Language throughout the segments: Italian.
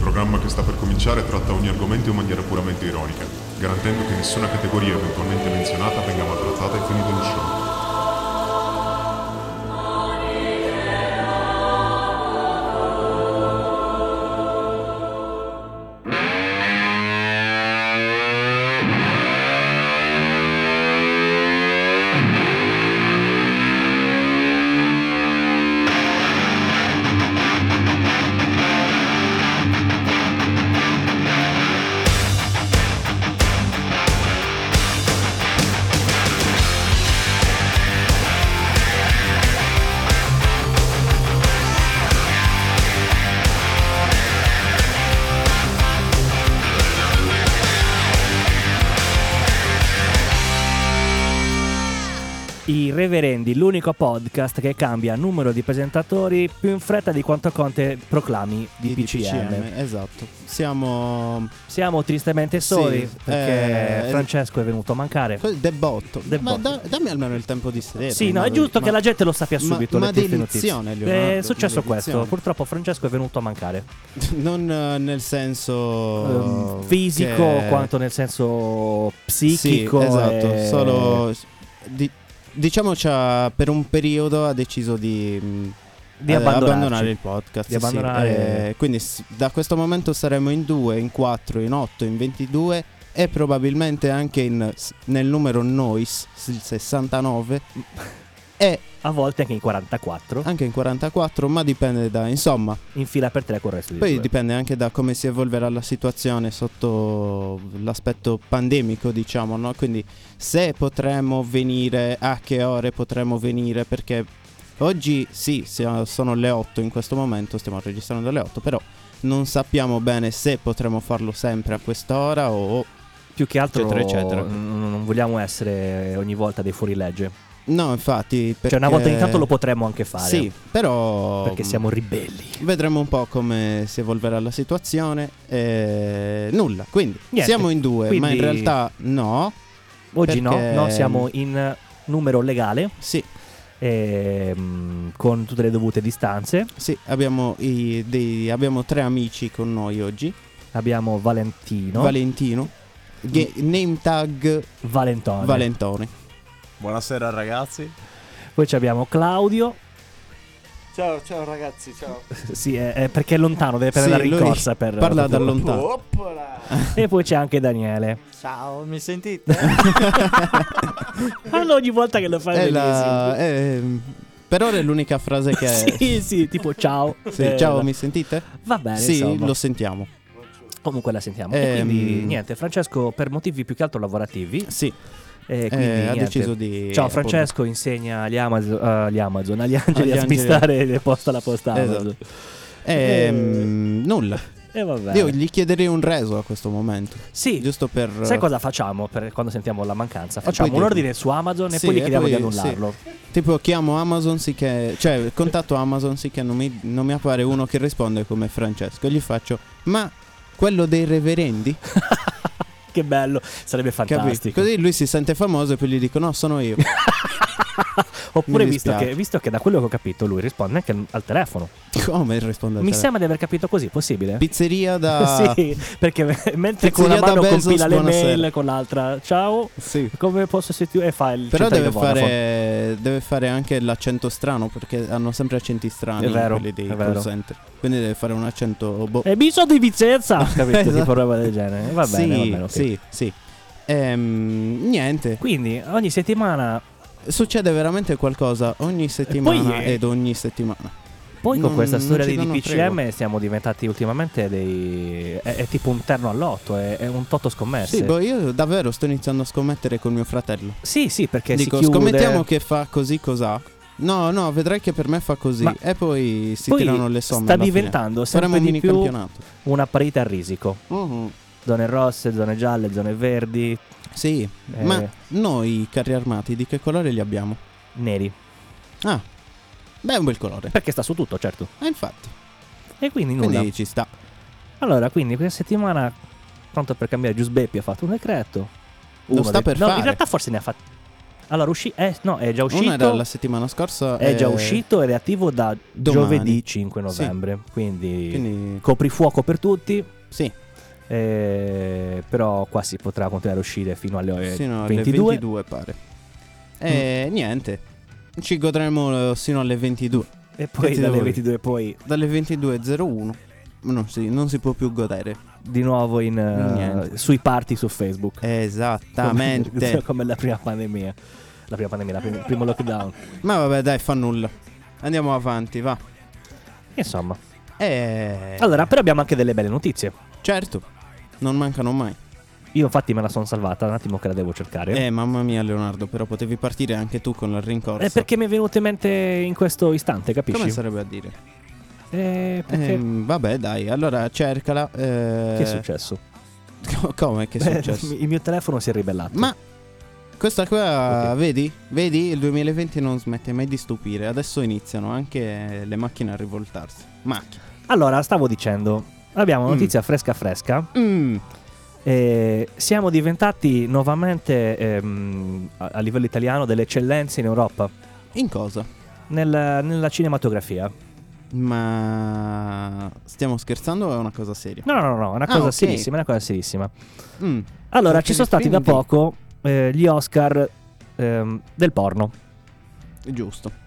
programma che sta per cominciare tratta ogni argomento in maniera puramente ironica, garantendo che nessuna categoria eventualmente menzionata venga maltrattata ai fini dello show. I Reverendi, l'unico podcast che cambia numero di presentatori più in fretta di quanto Conte proclami di, PCM. Esatto. Siamo Siamo tristemente soli Sì, perché eh, Francesco è venuto a mancare. quel debotto. Ma Debotto. da- dammi almeno il tempo di sedere. Sì, no, è ma- giusto che ma- la gente lo sappia ma- subito. ma le triste notizie. dedizione, Leonardo, È successo questo. dedizione. Purtroppo Francesco è venuto a mancare. Non eh, nel senso Ehm, fisico Oh, che- quanto nel senso Sì, psichico. esatto, e- solo di- diciamo ci ha- per un periodo ha deciso di mh, Di eh, abbandonarci. abbandonare il podcast. Di sì. abbandonare- Eh, quindi s- da questo momento saremo in 2, in 4, in 8, in 22 e probabilmente anche in s- nel numero Noise, s- il 69 e A volte anche in 44. anche in 44, ma dipende da insomma, In fila per tre con il resto di poi due. dipende anche da come si evolverà la situazione sotto l'aspetto pandemico, diciamo, no? Quindi se potremmo venire, a che ore potremmo venire, perché oggi sì, sia- sono le 8 in questo momento, stiamo registrando alle 8, però non sappiamo bene se potremo farlo sempre a quest'ora o... Più che altro eccetera, eccetera. n- non vogliamo essere ogni volta dei fuorilegge. No, infatti... Perché... Cioè, una volta ogni tanto lo potremmo anche fare. Sì, però... Perché siamo ribelli. Vedremo un po' come si evolverà la situazione. E nulla, quindi Niente. siamo in due, ma in Quindi- realtà no. Oggi Perché- no, no, siamo in numero legale, Sì, ehm, con tutte le dovute distanze. sì, abbiamo, i- dei- abbiamo tre amici con noi oggi. Abbiamo Valentino, Valentino, ge- name tag Valentone. Valentone. Buonasera ragazzi. Poi ci abbiamo Claudio, Ciao, ciao ragazzi, ciao. sì, è, è perché è lontano, deve prendere Sì, la lui rincorsa per... Parla da lontano. Oppola. E poi c'è anche Daniele. Ciao, mi sentite? Parla ogni volta che lo fai È bene, la- è- per ora è l'unica frase che... sì. Sì, sì, tipo ciao. Sì, Eh, ciao, la- mi sentite? Va bene, sì, insomma. lo sentiamo. Comunque la sentiamo. e Ehm. quindi niente, Francesco per motivi più che altro lavorativi. Sì, eh, eh, quindi ha niente. deciso di... Ciao Francesco insegna agli, Amaz- eh, agli Amazon, agli angeli Agli a angeli. spistare le posta alla posta Esatto. Amazon. Ehm, Nulla. E vabbè. Io gli chiederei un reso a questo momento. Sì, Giusto per... sai cosa facciamo per quando sentiamo la mancanza? poi Facciamo un dico. ordine su Amazon e Sì, poi gli e chiediamo di poi- sì. annullarlo. Tipo chiamo Amazon sì che... Cioè contatto Amazon sì che non mi, non mi appare uno che risponde come Francesco. Gli faccio... Ma quello dei reverendi? Che bello, sarebbe Capito? fantastico. Così lui si sente famoso e poi gli dico no sono io. Oppure mi visto dispiace. che, visto che da quello che ho capito lui risponde anche al telefono. come risponde? al Mi telefono? sembra di aver capito così, possibile? Pizzeria da... sì, perché mentre con una Pizzeria da mano Bezos, compila le mail, buonasera. con l'altra ciao, Sì. come posso sostituire? E fa il Però centralino deve Vodafone. fare, deve fare anche l'accento strano perché hanno sempre accenti strani È vero, quelli dei è vero. call center. Quindi deve fare un accento... boh. E mi sono di Vicenza, capito? Esatto. Tipo roba del genere. Va bene, va sì, bene, ok. sì, sì. Ehm, niente, Quindi ogni settimana, succede veramente qualcosa ogni settimana eh, ed ogni settimana. poi con Non- questa Mm, non storia ci di danno DPCM siamo diventati ultimamente dei... È, è tipo un terno all'otto, è, è un toto scommerse. Sì, boh, io davvero sto iniziando a scommettere con mio fratello. sì, sì, perché Dico, si chiude... scommettiamo che fa così cos'ha. No, no, vedrai che per me fa così. Ma- e poi si Poi tirano le somme. sta alla fine. diventando Faremo sempre di un mini più Mm-hmm. campionato. una parità a risico. Mhm. Zone rosse, zone gialle, zone verdi, Sì, Eh. ma noi i carri armati di che colore li abbiamo? neri. Ah, beh, è un bel colore. Perché sta su tutto, certo. Eh, infatti, E quindi nulla. quindi ci sta. Allora, quindi questa settimana, pronto per cambiare, Giusbeppi ha fatto un decreto. Lo Uno sta per no, fare. in realtà forse ne ha fatti Allora, usci- eh, no, è già uscito. Una era la settimana scorsa. È e- già uscito ed è attivo da Domani. giovedì 5 Sì. novembre. Quindi, Quindi, coprifuoco per tutti. sì, eh, però qua si potrà continuare a uscire fino alle ore sino alle 22. 22 pare. Mm. E niente, ci godremo eh, sino alle 22. E poi Che ti dalle devo dire? 22 poi Dalle 22.01 non si, non si può più godere. di nuovo in, eh, Niente. sui party su Facebook. Come, Esattamente. come la prima pandemia. La prima pandemia, la prim- il primo lockdown. Ma vabbè, dai, fa nulla. Andiamo avanti, va. Insomma. Eh, Allora, però abbiamo anche delle belle notizie. certo, non mancano mai. Io infatti me la sono salvata, un attimo che la devo cercare. Eh, mamma mia, Leonardo, però potevi partire anche tu con la rincorsa. È Eh, perché mi è venuto in mente in questo istante, Come capisci? sarebbe a dire? Eh, perché- Ehm, vabbè, dai, allora cercala. eh, Che è successo? co- Come? Che è Beh, successo? il mio telefono si è ribellato. Ma questa qua, Ok. vedi? Vedi, il 2020 non smette mai di stupire. Adesso iniziano anche le macchine a rivoltarsi. Macchine. Allora, stavo dicendo, abbiamo una Mm. notizia fresca fresca. Mm, Eh, siamo diventati nuovamente ehm, a, a livello italiano delle eccellenze in Europa in cosa? nel- nella cinematografia. Ma stiamo scherzando o è una cosa seria? No, no, no, no, è una Ah, cosa ok. serissima, è una cosa serissima. Mm, Allora, Perché ci sono gli stati da film di- poco eh, gli Oscar ehm, del porno. giusto.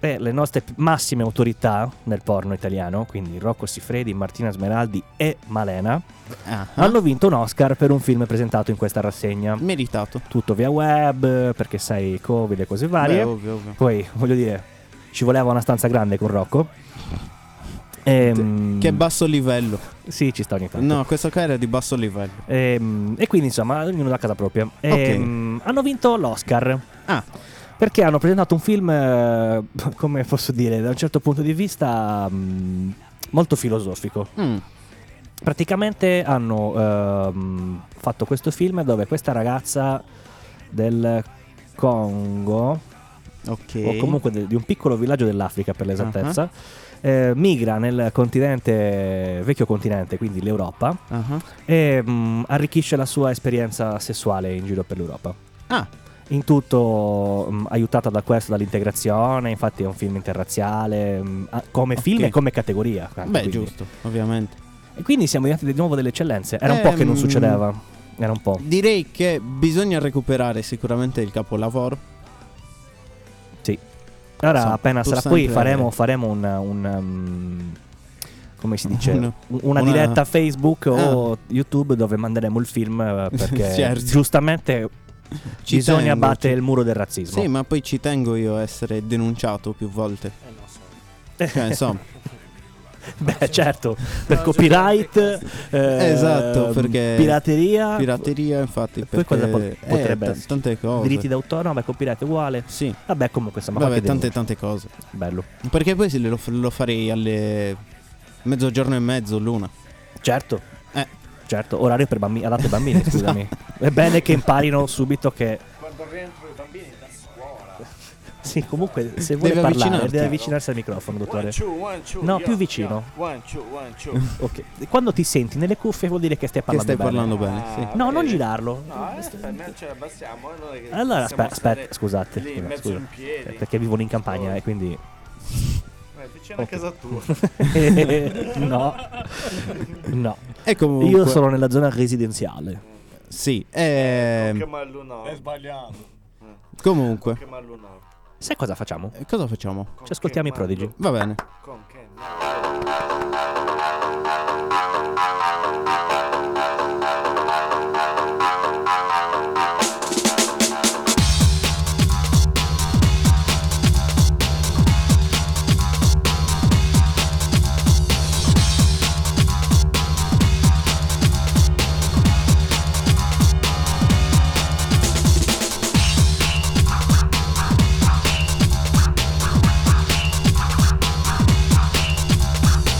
Eh, le nostre p- massime autorità nel porno italiano, quindi Rocco Siffredi, Martina Smeraldi e Malena, Ah, hanno vinto un Oscar per un film presentato in questa rassegna. meritato. Tutto via web, eh, perché sai, Covid e cose Beh, varie. ovvio, ovvio. Poi, voglio dire, ci voleva una stanza grande con Rocco. Ehm, Che basso livello. Sì, ci sta ogni tanto. No, questa qua era di basso livello. Ehm, e quindi, insomma, ognuno da casa propria. Ehm, Hanno vinto l'Oscar. Ah, Perché hanno presentato un film, eh, come posso dire, da un certo punto di vista mm, molto filosofico. mm, Praticamente hanno ehm, fatto questo film dove questa ragazza del Congo, ok. o comunque de- di un piccolo villaggio dell'Africa per l'esattezza, eh, migra nel continente, vecchio continente, quindi l'Europa, Ah, e mm, arricchisce la sua esperienza sessuale in giro per l'Europa. Ah. In tutto mm, aiutata da questo, dall'integrazione, infatti è un film interrazziale, mm, ah, come Ok. film e come categoria. anche, Beh, quindi. giusto, ovviamente. E quindi siamo diventati di nuovo delle eccellenze. Era un po' che non Ehm. succedeva. Era un po'. Direi che bisogna recuperare sicuramente il capolavoro. Allora, Insomma, appena pur sarà qui sempre- faremo, faremo un... un, um, come si dice? Un- Un- una, una- Ah. diretta Facebook o YouTube dove manderemo il film eh, perché Certo. giustamente Ci bisogna tengo, abbattere ci- il muro del razzismo. Sì, ma poi ci tengo io a essere denunciato più volte. Cioè, insomma, Beh, certo, per copyright, eh, Esatto, perché- pirateria, pirateria, infatti. E poi perché- cosa po- eh, potrebbe ta- essere? tante cose. diritti d'autore, no, beh, copyright è uguale. Sì, Vabbè, comunque insomma, vabbè, qualche tante tante cose. denuncia. bello. Perché poi se lo, lo farei alle mezzogiorno e mezzo, l'una. Certo. Eh. Certo, orario per bambini, adatto ai bambini, scusami. Esatto. È bene che imparino subito che Quando rientro i bambini da scuola. Sì, comunque se vuole Deve parlare avvicinarsi. deve avvicinarsi al microfono, dottore. One, two, one, two, No, yeah, più vicino. yeah. One, two, one, two. Ok. Quando ti senti nelle cuffie vuol dire che stai che parlando stai bene. parlando bene, Ah, sì. No, non vedi? girarlo. No, eh, almeno ce la abbassiamo. eh, non è che possiamo Allora, aspetta, stare aspetta, scusate, Lì, in scusa, mezzo scusa. in piedi. Eh, perché vivono in campagna e quindi Eh, vicino a casa tua. no. No. E comunque... Io sono nella zona residenziale. Sì, ehm, Che malluno. È sbagliato. comunque... Che malluno. Sai cosa facciamo? eh, Cosa facciamo? Ci ascoltiamo i Prodigy. Va bene. Con che malluno. Thank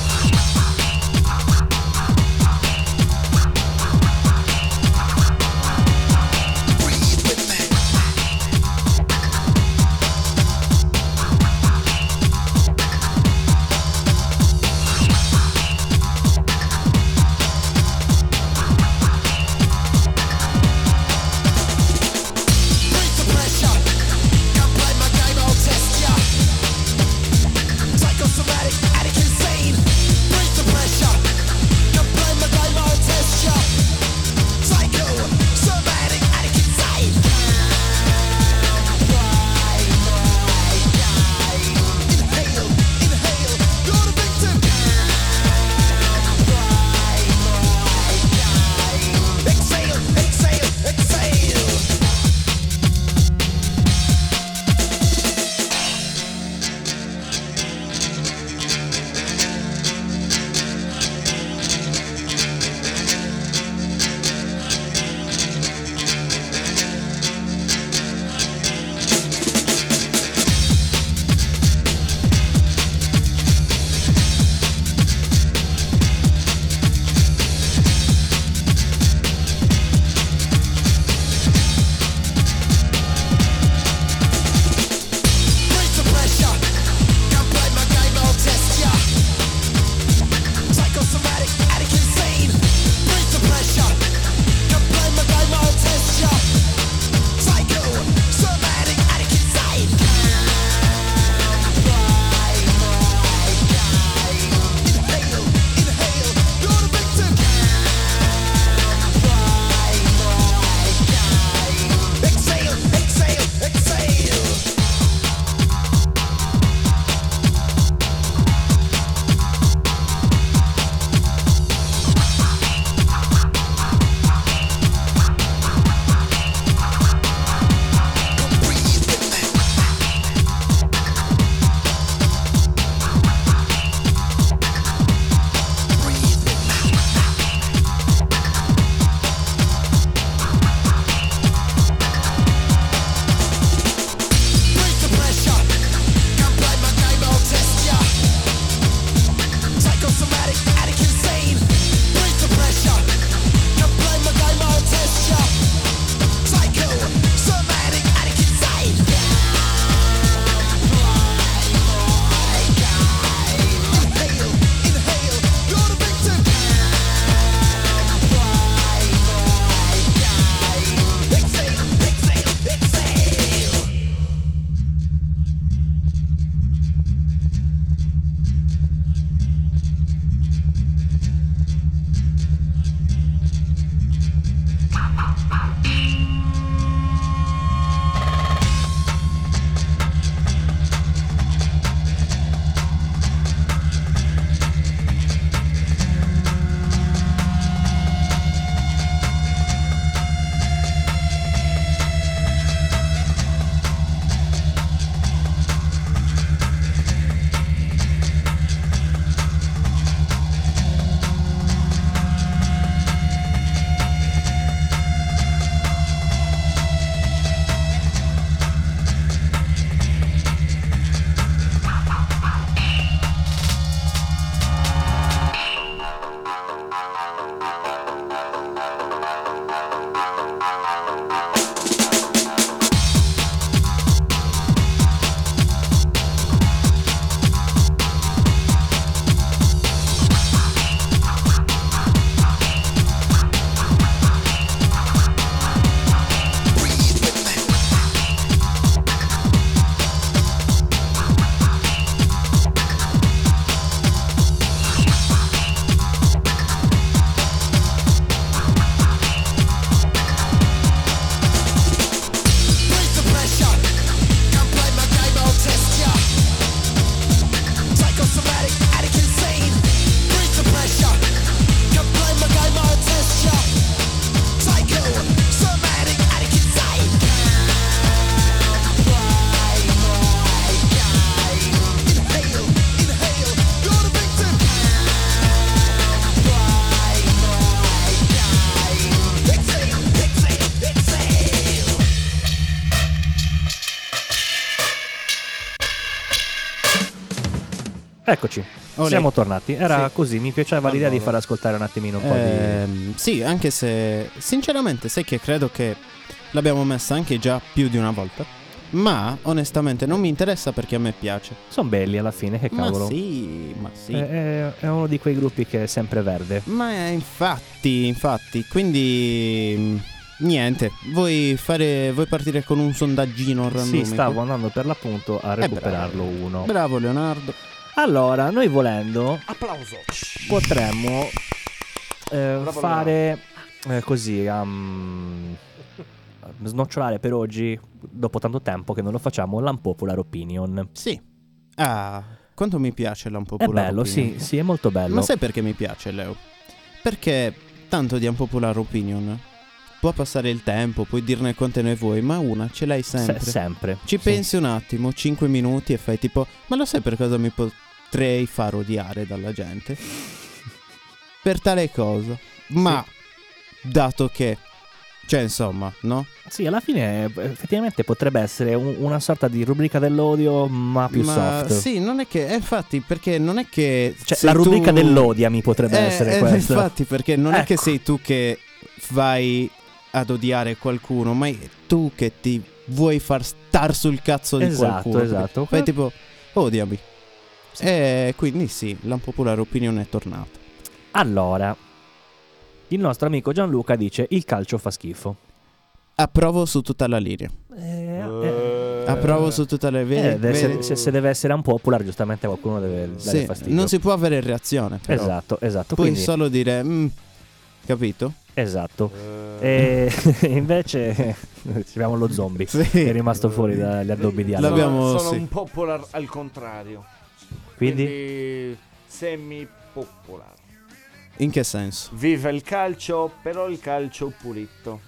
Eccoci, Olè. siamo tornati. Era Eh. Sì. così, mi piaceva Al l'idea di volo. far ascoltare un attimino un po' di... Ehm, Sì, anche se sinceramente sai che credo che l'abbiamo messa anche già più di una volta. Ma onestamente non mi interessa perché a me piace. Sono belli alla fine, che cavolo. Eh. Ma sì, ma sì. È, è- è uno di quei gruppi che è sempre verde. Ma eh, infatti, infatti, quindi mh, niente, vuoi fare vuoi partire con un sondaggino randomico? Sì, stavo andando per l'appunto a bravo. recuperarlo uno. Bravo Leonardo. Allora, noi volendo eh, Applauso. potremmo eh, Bravo, fare eh, così, um, snocciolare per oggi, dopo tanto tempo che non lo facciamo, l'unpopular opinion. Sì. Ah, quanto mi piace È l'unpopular bello, opinion. sì, sì, è molto bello. Ma sai perché mi piace, Leo? Perché tanto di unpopular opinion può passare il tempo, puoi dirne quante ne vuoi, ma una ce l'hai Se- sempre. sempre. Ci sì. pensi un attimo, 5 minuti e fai tipo, ma lo sai per cosa mi potrei far odiare dalla gente? Per tale cosa. Ma, dato che... Cioè, insomma, no? Sì, alla fine eh, effettivamente potrebbe essere un- una sorta di rubrica dell'odio, ma più ma soft. sì, non è che... eh, infatti, perché non è che... Cioè, se la rubrica tu- dell'odiami potrebbe Eh, essere eh, questa. Infatti, perché non è che Ecco. sei tu che vai ad odiare qualcuno, ma è tu che ti vuoi far star sul cazzo di Esatto, qualcuno. esatto. Fai tipo, "Oh, odiami. E quindi sì, l'unpopular opinion è tornata. Allora, il nostro amico Gianluca dice il calcio fa schifo. Approvo su tutta la linea. Eh, Approvo su tutta la Eh, linea. deve essere- se, se deve essere un popular, giustamente qualcuno deve dare fastidio. non si può avere reazione. Però. esatto, esatto. Puoi Quindi, solo dire, "Mm", capito? esatto. E invece abbiamo lo zombie Sì. che è rimasto fuori dagli addobbi di Alba. L'abbiamo- Sono, sì. un popular al contrario. Quindi semi popolare. In che senso? Viva il calcio, però il calcio pulito.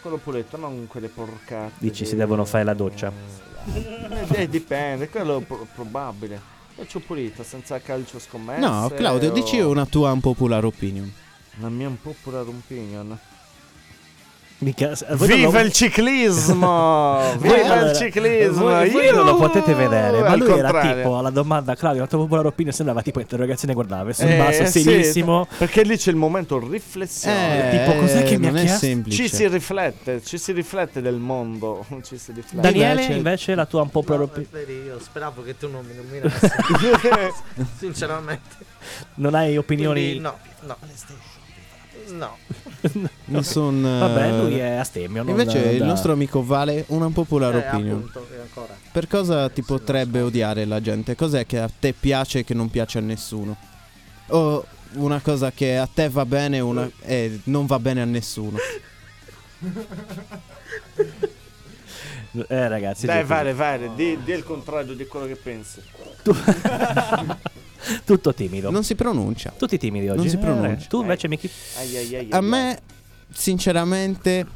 Quello pulito, non quelle porcate. Dici, di- si devono fare la doccia. Eh, eh, dipende, quello è pro- probabile. Calcio pulito, senza calcio scommesse. No, Claudio, o- dici una tua unpopular opinion. La mia un popular opinion. mica- voi non Viva lo- il ciclismo! Voi- Viva allora, il Eh, ciclismo! Voi, voi non lo potete vedere, ma Al lui era contrario. tipo alla domanda Claudio, la tua popolare opinione sembrava tipo interrogazione guardava sul Eh, basso sì, serissimo. Perché lì c'è il momento riflessione. Eh, tipo, cos'è che mi ha non è chiesto? semplice. Ci si riflette, ci si riflette del mondo. Ci si riflette. Daniele, Invece- invece, la tua unpopular opinion io speravo che tu non mi nominassi, sinceramente. non hai Quindi, opinioni no, no. No, Nessun, Vabbè, eh, lui è astemio. non- Invece non- il nostro amico Vale una unpopular eh, opinion. appunto, e ancora. Per cosa ti potrebbe odiare la gente? Cos'è che a te piace e che non piace a nessuno? O una cosa che a te va bene e una- e non va bene a nessuno? Eh, ragazzi. Dai, giù. vale, vale, di, di il contrario di quello che pensi. Tutto timido. Non si pronuncia. Tutti timidi oggi. Non si Eh, pronuncia. tu invece, Miki. Ai, ai, ai, A ai, me, sinceramente,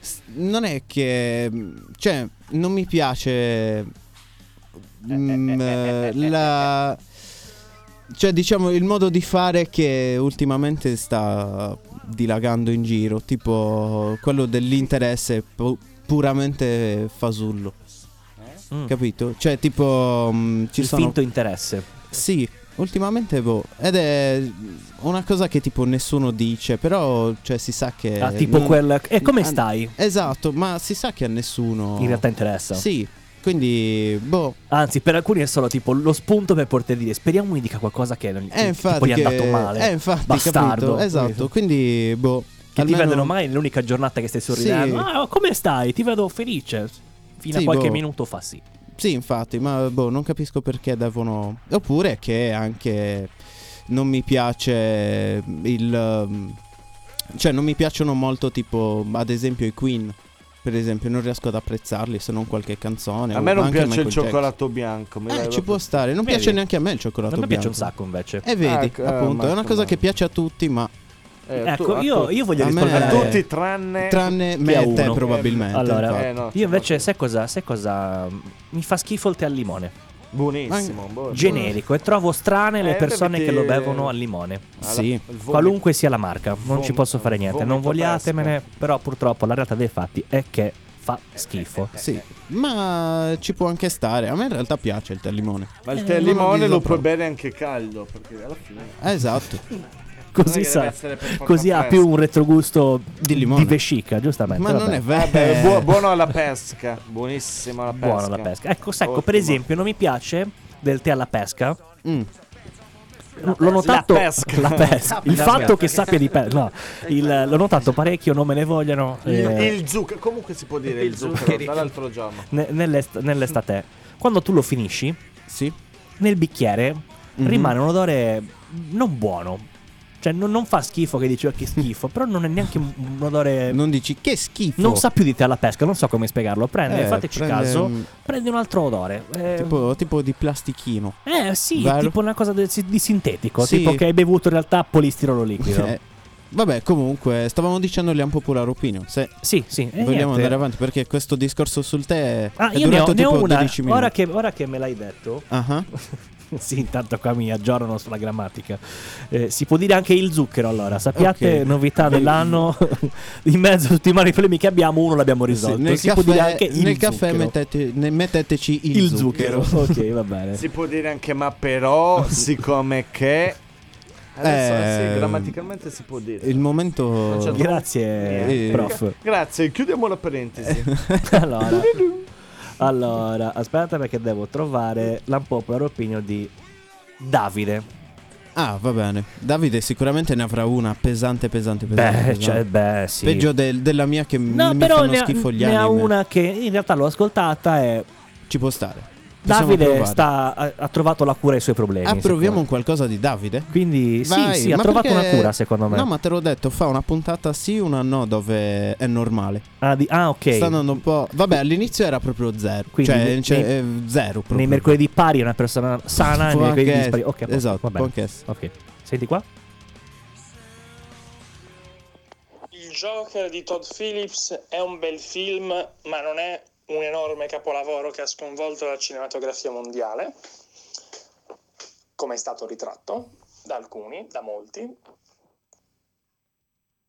s- non è che... Cioè, non mi piace... mm, eh, la... Cioè, diciamo, il modo di fare che ultimamente sta dilagando in giro, tipo quello dell'interesse pu- puramente fasullo, Mm, capito? Cioè, tipo... mm, ci il sono... finto interesse. Sì, ultimamente boh. Ed è una cosa che tipo nessuno dice, però cioè si sa che... ah, tipo non- quel. E come an- stai? Esatto, ma si sa che a nessuno... In realtà interessa. Sì, quindi boh. Anzi, per alcuni è solo tipo lo spunto per poter dire. Speriamo mi dica qualcosa che non È che- Eh, infatti... tipo gli è che- andato male. È infatti, Bastardo. capito? Esatto, quindi boh. Che almeno- ti vedono mai nell'unica giornata che stai sorridendo. Sì. Ah, come stai? Ti vedo felice. Fino Sì, a qualche boh. minuto fa sì. Sì, infatti, ma boh, non capisco perché devono... Oppure che anche non mi piace il... um, Cioè, non mi piacciono molto tipo, ad esempio, i Queen. Per esempio, non riesco ad apprezzarli se non qualche canzone. A me o non anche piace Michael il Jackson. cioccolato bianco. mi dai Eh, ci proprio- può stare. Non Vedi? piace neanche a me il A cioccolato me piace bianco. un sacco invece. E vedi, Ecco, eh, appunto, è una Marco, cosa no. che piace a tutti, ma Eh, tu- Ecco, a io, tutti. io voglio A me- A rispolverare Eh, tutti tranne... tranne chi me ha e te uno? probabilmente. Allora, Eh, no, io invece, no. sai cosa, sai cosa? mm, Mi fa schifo il tè al limone. Buonissimo. buono. Generico. E trovo strane le Eh, persone perché che ti- lo bevono al limone. Alla- Sì. il vomito. Qualunque sia la marca, non ci vom- posso fare niente. Non vomito vogliatemene, però purtroppo la realtà dei fatti è che fa schifo. Eh, Sì, ma ci può anche stare. A me in realtà piace il tè al limone. Ma il Eh, tè al non limone lo disapprovo. puoi bere anche caldo, perché alla fine... Eh, Esatto, Non è Così, che deve sa, essere per forza così ha fresco. più un retrogusto Di di, limone. vescica, giustamente. ma non vabbè. è vero. Vabbè, buo- buono alla pesca, buonissimo alla pesca. Buona la pesca. Ecco, ecco, per Ottimo. esempio, non mi piace del tè alla pesca. Mm. L'ho notato La pesca. la pesca. il La fatto pesca. che sappia di pesca. No, il- l'ho notato parecchio, non me ne vogliono. Il, eh, il zucchero, comunque si può dire Il il zucchero, zuccheri. dall'altro giorno. ne- nell'est- nell'estate. Quando tu lo finisci, Sì. nel bicchiere Mhm. rimane un odore non buono. Cioè, non, non fa schifo che dici "Oh, che schifo, però non è neanche un un odore. Non, Non dici che schifo. Mm-hmm. sa più di te alla pesca, non so come spiegarlo. Prende, Eh, fateci prende, caso, mm, prende un altro odore. Eh, Tipo, tipo di plastichino. eh, sì, Vero? tipo una cosa de- di sintetico. Sì. Tipo che hai bevuto in realtà polistirolo liquido. Eh, vabbè, comunque, stavamo dicendo le unpopular opinion. Se Sì, sì. e vogliamo Eh, niente. andare avanti, perché questo discorso sul tè Ah, è io ne ho, durato ne ho tipo una. 12 minuti. Ora che, ora che me l'hai detto, Ah, sì, intanto qua mi aggiorno sulla grammatica. Eh, si può dire anche il zucchero, allora. Sappiate, Ok. novità dell'anno, in mezzo a tutti i vari problemi che abbiamo, uno l'abbiamo risolto. sì, nel si caffè, può dire anche il nel caffè zucchero. mettete- ne- metteteci il, il zucchero. ok, va bene. Si può dire anche ma però, siccome che... Adesso, Eh, sì, grammaticalmente si può dire. Non Il c'è momento... dubbio. Grazie, Eh. prof. Grazie, chiudiamo la parentesi. allora, allora, aspetta perché devo trovare l'unpopular opinion di Davide. Ah, va bene. Davide sicuramente ne avrà una pesante, pesante, pesante. Beh, pesante. cioè, beh, sì. Peggio del- della mia che m- No, mi però fanno ne ha, schifo gli ne ha anime. una che in realtà l'ho ascoltata e Ci può stare. Possiamo Davide provare. sta- ha, ha trovato la cura ai suoi problemi. Ah, proviamo Eh, secondo un qualcosa di Davide? me. Quindi Vai, sì, sì, ha ma trovato perché- una cura secondo me. No, ma te l'ho detto, fa una puntata sì, una no, dove è normale. ah, di- ah, ok. Sta andando un po'. Vabbè, all'inizio era proprio zero. Quindi cioè, nei- cioè, nei- eh, zero proprio. Nei mercoledì pari è una persona sana, nei Può mercoledì anche dispari. Ok, a essere. posto, esatto, va può bene. anche essere. Ok, senti qua. Il Joker di Todd Phillips è un bel film, ma non è un enorme capolavoro che ha sconvolto la cinematografia mondiale, come è stato ritratto da alcuni, da molti,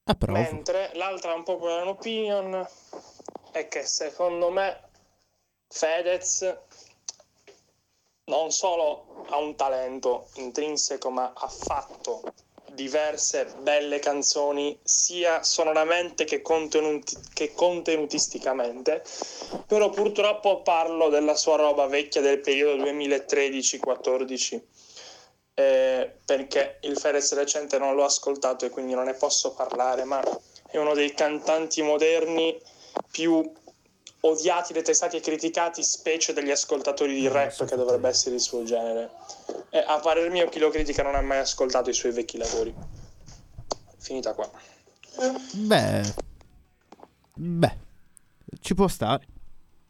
Approvo. mentre l'altra un po' popular opinion è che secondo me Fedez non solo ha un talento intrinseco ma ha fatto diverse belle canzoni sia sonoramente che, contenuti- che contenutisticamente però purtroppo parlo della sua roba vecchia del periodo 2013-14 eh, perché il Fedez recente non l'ho ascoltato e quindi non ne posso parlare, ma è uno dei cantanti moderni più odiati, detestati e criticati, specie dagli ascoltatori di rap, che dovrebbe essere il suo genere. E a parer mio chi lo critica non ha mai ascoltato i suoi vecchi lavori. Finita qua. Beh. Beh. Ci può stare.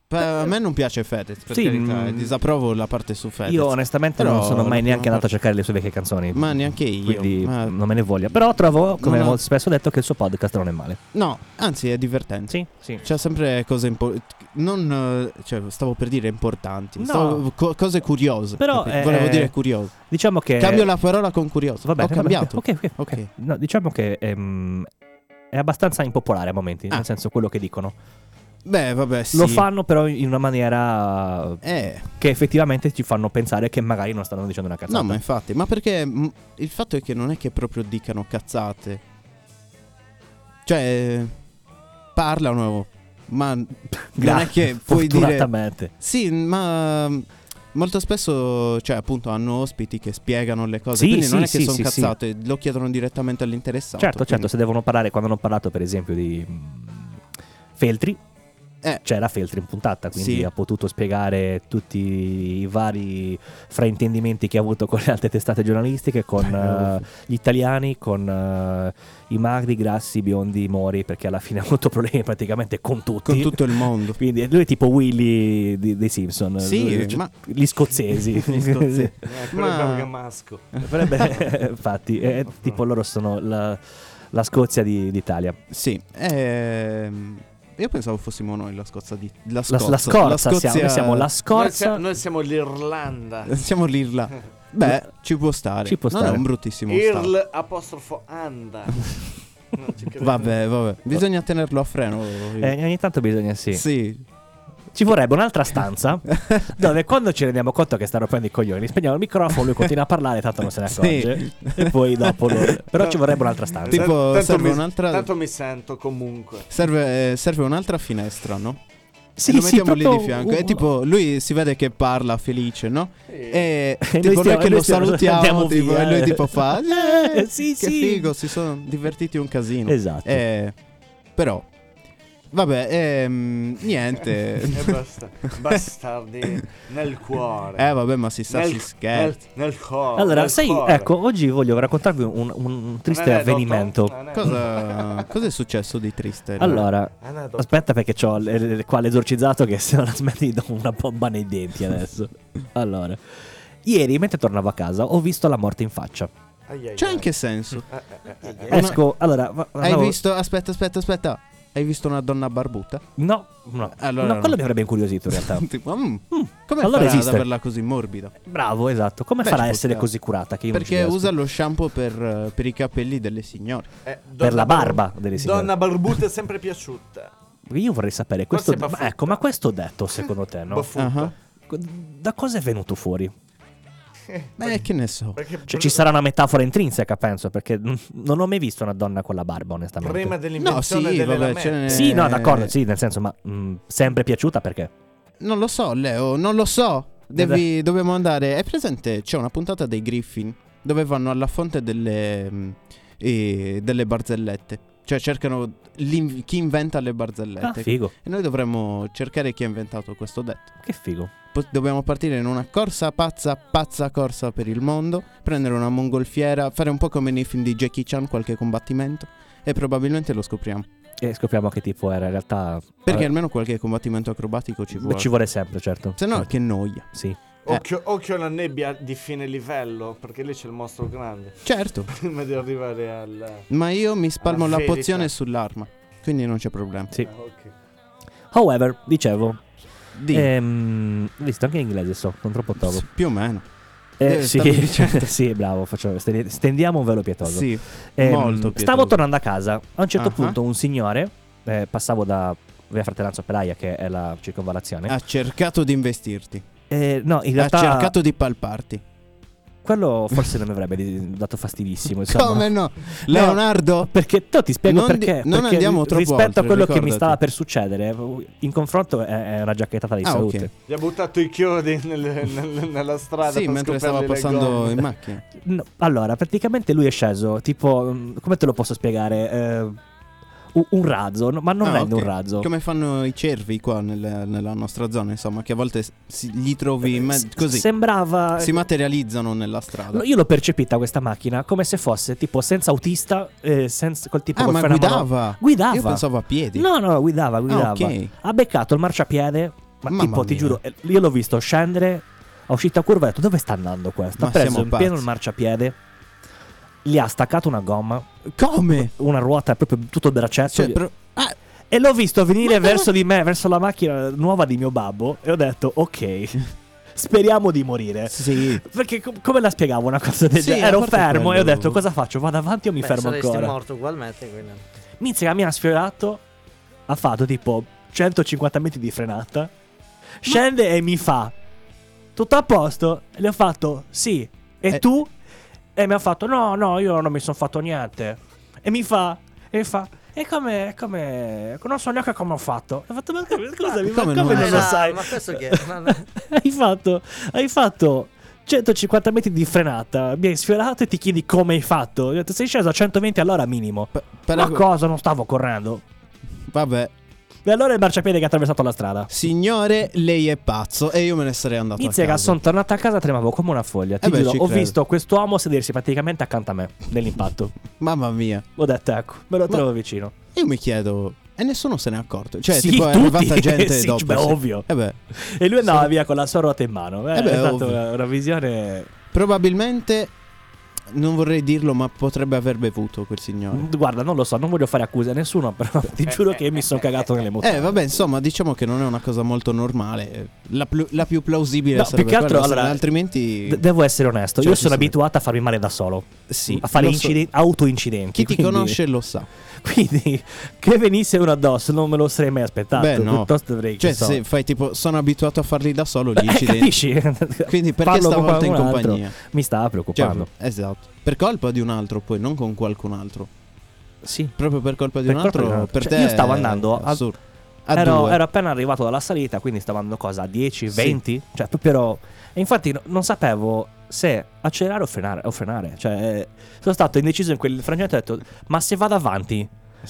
Beh, a me non piace Fedez, per Sì, carità, e mm. disapprovo la parte su Fedez. Io onestamente non Però sono mai la neanche prima andato a cercare le sue vecchie canzoni. Ma neanche io. Quindi ma- non me ne voglia. Però trovo, come Eh. No, no. ho spesso detto, che il suo podcast non è male. No, anzi è divertente. Sì, sì. C'ha sempre cose importanti. Non. eh, Cioè, stavo per dire importanti. No. stavo- co- cose curiose. Però, capito? eh, Volevo dire curioso. Diciamo che. Cambio la parola con curioso. Va bene, Ho va bene. cambiato. eh, Ok, ok, ok. Ok. No, diciamo che ehm, è abbastanza impopolare a momenti, Ah. nel senso quello che dicono. Beh, vabbè, sì. Lo fanno però in una maniera Eh. che effettivamente ci fanno pensare che magari non stanno dicendo una cazzata. No, ma infatti, ma perché mh, il fatto è che non è che proprio dicano cazzate. Cioè, parlano, ma non è che puoi dire Esatto, Fortunatamente. Sì, ma mh, molto spesso, cioè, appunto, hanno ospiti che spiegano le cose, Sì, quindi non sì, è che sì, sono sì, sì. cazzate, lo chiedono direttamente all'interessato. Certo, certo, quindi- se devono parlare quando hanno parlato per esempio di mh, Feltri. Eh. C'era Feltri in puntata, quindi Sì. ha potuto spiegare tutti i vari fraintendimenti che ha avuto con le altre testate giornalistiche, con Beh, eh, ovvio. gli italiani, con eh, i magri, i grassi, i biondi, i mori, perché alla fine ha avuto problemi praticamente con tutti. Con tutto il mondo. Quindi lui è tipo Willy di- dei Simpson. Sì, Lui- cioè, ma- gli scozzesi. Gli scozzesi. Eh, quello Ma- è bergamasco. Avrebbe- infatti, è tipo loro sono la, la Scozia di- d'Italia. Sì, ehm, io pensavo fossimo noi la scozza di... La La, Scozia. la scorza, Scozia- siamo, noi siamo la Noi scorza. siamo, noi siamo l'Irlanda. Siamo l'Irla. Beh, ci può stare. Ci può non stare. è un bruttissimo stato. Irl apostrofo anda. Non ci credo. Vabbè, vabbè. Bisogna tenerlo a freno. Eh, ogni tanto bisogna sì. Sì. Ci vorrebbe un'altra stanza dove quando ci rendiamo conto che stanno rompendo i coglioni, spegniamo il microfono, lui continua a parlare, tanto non se ne accorge. E poi dopo lo- Però ci vorrebbe un'altra stanza. Tipo, serve mi, un'altra- tanto mi sento comunque. Serve, eh, serve un'altra finestra, no? Sì, lo sì, mettiamo lì di proprio fianco. un- È tipo, lui si vede che parla felice, no? E, E tipo, noi noi, stiamo- che noi lo stiamo- salutiamo, andiamo tipo, via. e lui tipo fa... "Eh, Sì, che sì. figo, si sono divertiti un casino. Esatto. Eh, però... Vabbè, ehm, niente. e basta. Bastardi nel cuore. eh, vabbè, ma si sta, nel, si scherza. Nel, nel cuore. Allora, nel sai, cuore. ecco, oggi voglio raccontarvi un, un triste Aneddoto? avvenimento. Aneddoto. Cosa, cosa è successo di triste? Allora, Aneddoto. aspetta perché ho qua l'esorcizzato che se non la smetti gli do una bomba nei denti adesso. Allora, ieri mentre tornavo a casa ho visto la morte in faccia. Ai, ai, C'è ai. anche senso. Eh, eh, eh, eh. Una- Esco, allora... va- Hai andavo- visto? Aspetta, aspetta, aspetta. Hai visto una donna barbuta? No, no. Allora no, no. quello mi avrebbe incuriosito in realtà. Tipo, mm, come allora farà esiste. ad averla così morbida? Bravo, esatto. Come Beh, farà a ci può essere stare. così curata? Che io non ci Perché riesco? usa lo shampoo per, eh, per i capelli delle signore. Eh, donna Per la bar- barba delle signore. Donna barbuta è sempre piaciuta. Io vorrei sapere, questo, Forse è ma baffuta. ecco, ma questo detto secondo te, no? Uh-huh. Baffuta. Ah. Da cosa è venuto fuori? Beh, che ne so. Perché Cioè, ci sarà una metafora intrinseca, penso, perché n- non ho mai visto una donna con la barba, onestamente. prima No, dell'invenzione sì, delle vabbè, lamelle. ce ne- Sì, no, d'accordo, sì, nel senso, ma mh, sempre piaciuta perché? Non lo so, Leo, non lo so. Esatto. Devi, dobbiamo andare. È presente? C'è una puntata dei Griffin dove vanno alla fonte delle, mm, eh, delle barzellette. Cioè, cercano l'in- chi inventa le Ah, barzellette. figo, e noi dovremmo cercare chi ha inventato questo detto. che figo. Po- Dobbiamo partire in una corsa pazza, pazza corsa per il mondo, prendere una mongolfiera, fare un po' come nei film di Jackie Chan qualche combattimento e probabilmente lo scopriamo. E scopriamo che tipo era in realtà... Perché eh, almeno qualche combattimento acrobatico ci vuole. ci vuole sempre, certo. Se no, Sì. che noia. Sì. eh. Occhio, occhio alla nebbia di fine livello, perché lì c'è il mostro grande. Certo, Prima di arrivare al... ma io mi spalmo Alla la verità. pozione sull'arma, quindi non c'è problema. Sì. Ah, ok. However, dicevo... Di, ehm, visto anche in inglese so, non troppo tovo. s- più o meno. Eh, Eh, sì, stavi dicendo. sì, bravo, facciamo- stendi- stendiamo un velo pietoso. Sì, Ehm, molto Stavo pietoso. tornando a casa. A un certo Ah. punto, un signore, eh, passavo da Via Fratellanza Operaia, che è la circonvallazione. ha cercato di investirti, Eh, no, in Ah. ha realtà, cercato di palparti. quello forse non mi avrebbe di- dato fastidissimo. Insomma. Come no? Leonardo, Perché no, ti spiego Non di- perché, non perché andiamo ri- troppo rispetto oltre, a quello che mi ricordati. stava per succedere, in confronto è, è una giacchettata di Ah, ok. salute. Gli ha buttato i chiodi nel- nel- nella strada. sì, per scopergli mentre stava le passando gomme. in macchina. No, allora, praticamente lui è sceso, tipo, mh, come te lo posso spiegare? Eh, u- un razzo, no, ma non Ah, rende ok. un razzo. Come fanno i cervi qua nel- nella nostra zona, insomma, che a volte s- si- li trovi in mezzo Eh, S- così. Sembrava... si materializzano nella strada. No, Io l'ho percepita questa macchina come se fosse tipo senza autista, eh, senza, col tipo ah, col ma fenomeno- guidava. Guidava. Io pensavo a piedi. No, no, guidava, guidava. Ah, ok. Ha beccato il marciapiede, ma Mamma tipo, ti mia. giuro, eh, io l'ho visto scendere, ha uscito a curva e ho detto dove sta andando questo? Ma ha preso siamo in pieno pazzi. il marciapiede, gli ha staccato una gomma, Come? una ruota, proprio tutto il braccetto. Cioè, gli- però- ah, E l'ho visto venire verso di me, verso la macchina nuova di mio babbo, e ho detto ok, speriamo di morire. sì. Perché com- come la spiegavo una cosa del Sì, genere? a Ero parte fermo e ho quello- detto cosa faccio? Vado avanti o mi Beh, fermo saresti ancora? morto ugualmente, quindi. Mizzica mi ha sfiorato, ha fatto tipo 150 metri di frenata, scende e mi fa tutto a posto, e le ho fatto sì, e Eh. tu? E mi ha fatto no, no, io non mi sono fatto niente. E mi fa, e fa... E come, come... Non so neanche come ho fatto. E Ho fatto, ma Eh, come- scusami, ma come come, non non lo lo ma- sai? Ma questo che è? Ma- ma- hai fatto, hai fatto 150 metri di frenata, mi hai sfiorato e ti chiedi come hai fatto. Ho detto, sei sceso a 120 all'ora minimo. P- Ma però- cosa? Non stavo correndo. Vabbè, E allora il marciapiede che ha attraversato la strada. signore, lei è pazzo e io me ne sarei andato a Mizzega, casa. sono tornato a casa tremavo come una foglia. Ti Eh beh, giuro, ci ho credo. visto quest'uomo sedersi praticamente accanto a me nell'impatto. Mamma mia. ho detto, ecco, me lo Ma- trovo vicino. Io mi chiedo e nessuno se n'è accorto. Cioè, Sì, tipo è tutti. arrivata gente Sì, dopo. beh, sì. ovvio. Eh beh, E lui andava via con la sua ruota in mano. Eh, Eh beh, è stata ovvio. una, una visione. probabilmente non vorrei dirlo, ma potrebbe aver bevuto quel signore. Guarda, non lo so, non voglio fare accuse a nessuno, però ti giuro che mi sono cagato nelle Eh, mutande. vabbè, insomma, diciamo che non è una cosa molto normale. La, plu- la più plausibile No, più sarebbe che altro, quella, se- allora, altrimenti De- devo essere onesto, Cioè, io ci sono sono- abituato a farmi male da solo. Sì, a fare lo so. inciden- autoincidenti. chi ti quindi- conosce lo sa. Quindi che venisse uno addosso non me lo sarei mai aspettato. Beh, no. Piuttosto avrei Cioè, che so. se fai tipo sono abituato a farli da solo gli eh, incidenti. capisci? Quindi perché Parlo con stavolta in qualcun altro. compagnia? Mi stava Cioè, preoccupando. esatto. Per colpa di un altro, poi non con qualcun altro. Certo. sì. Proprio per colpa di Per un colpa altro, di un altro. per Cioè, te io stavo è andando a- assurdo. a Ero, due. ero appena arrivato dalla salita, quindi stavo andando cosa? A 10, Sì. 20? Cioè, proprio ero- E infatti no- non sapevo se accelerare o frenare. O frenare. Cioè, eh, sono stato indeciso in quel frangente e ho detto, ma se vado avanti,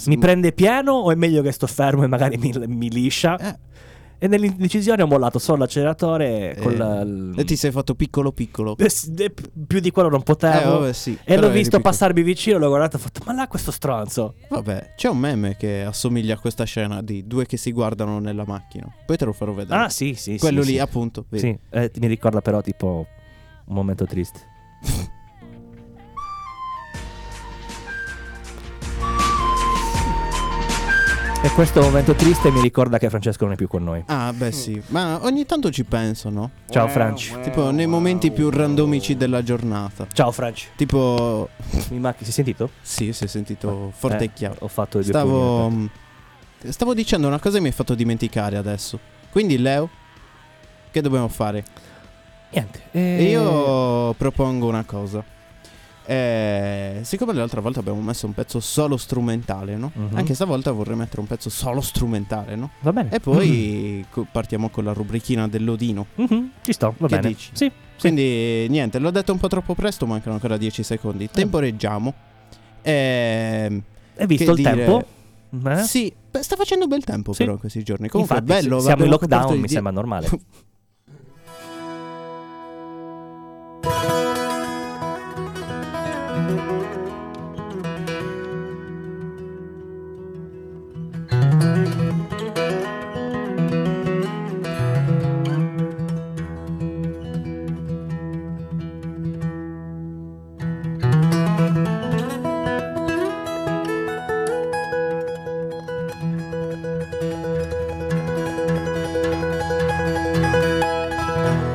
mi Mm. prende pieno o è meglio che sto fermo e magari mi, mi liscia? Eh. E nell'indecisione ho mollato solo l'acceleratore Eh, con la- l- E ti sei fatto piccolo piccolo. ehm, Eh, sì, eh, p- più di quello non potevo. Eh, vabbè, sì, e però l'ho eri visto piccolo. passarmi vicino, l'ho guardato e ho fatto: Ma là questo stronzo. Vabbè, c'è un meme che assomiglia a questa scena di due che si guardano nella macchina. Poi te lo farò vedere. Ah, sì, sì. sì, Quello sì, lì, appunto. vedi. Sì, eh, mi ricorda però tipo un momento triste. e questo momento triste mi ricorda che Francesco non è più con noi. Ah, beh, sì. Ma ogni tanto ci penso, no? Ciao Franci. Tipo nei momenti più randomici della giornata. Ciao Franci. Tipo, Mi manchi, si è sentito? sì, si è sentito Eh, forte e chiaro. Ho fatto il Stavo, stavo dicendo una cosa e mi hai fatto dimenticare adesso. Quindi, Leo, che dobbiamo fare? Niente. E eh, Io propongo una cosa. Eh, siccome l'altra volta abbiamo messo un pezzo solo strumentale, no? Mhm. Anche stavolta vorrei mettere un pezzo solo strumentale, no? Va bene. E poi co- partiamo con la rubrichina dell'Odino. Mhm, mhm, Ci sto, va Che bene. dici? Sì. Quindi niente, l'ho detto un po' troppo presto, mancano ancora 10 secondi. Temporeggiamo. Ehm, Hai visto il che dire- tempo? Eh? Sì, beh, sta facendo bel tempo Sì. però in questi giorni. Comunque Infatti, è bello. se- siamo in abbiamo coperto lockdown, di mi di- sembra normale. Thank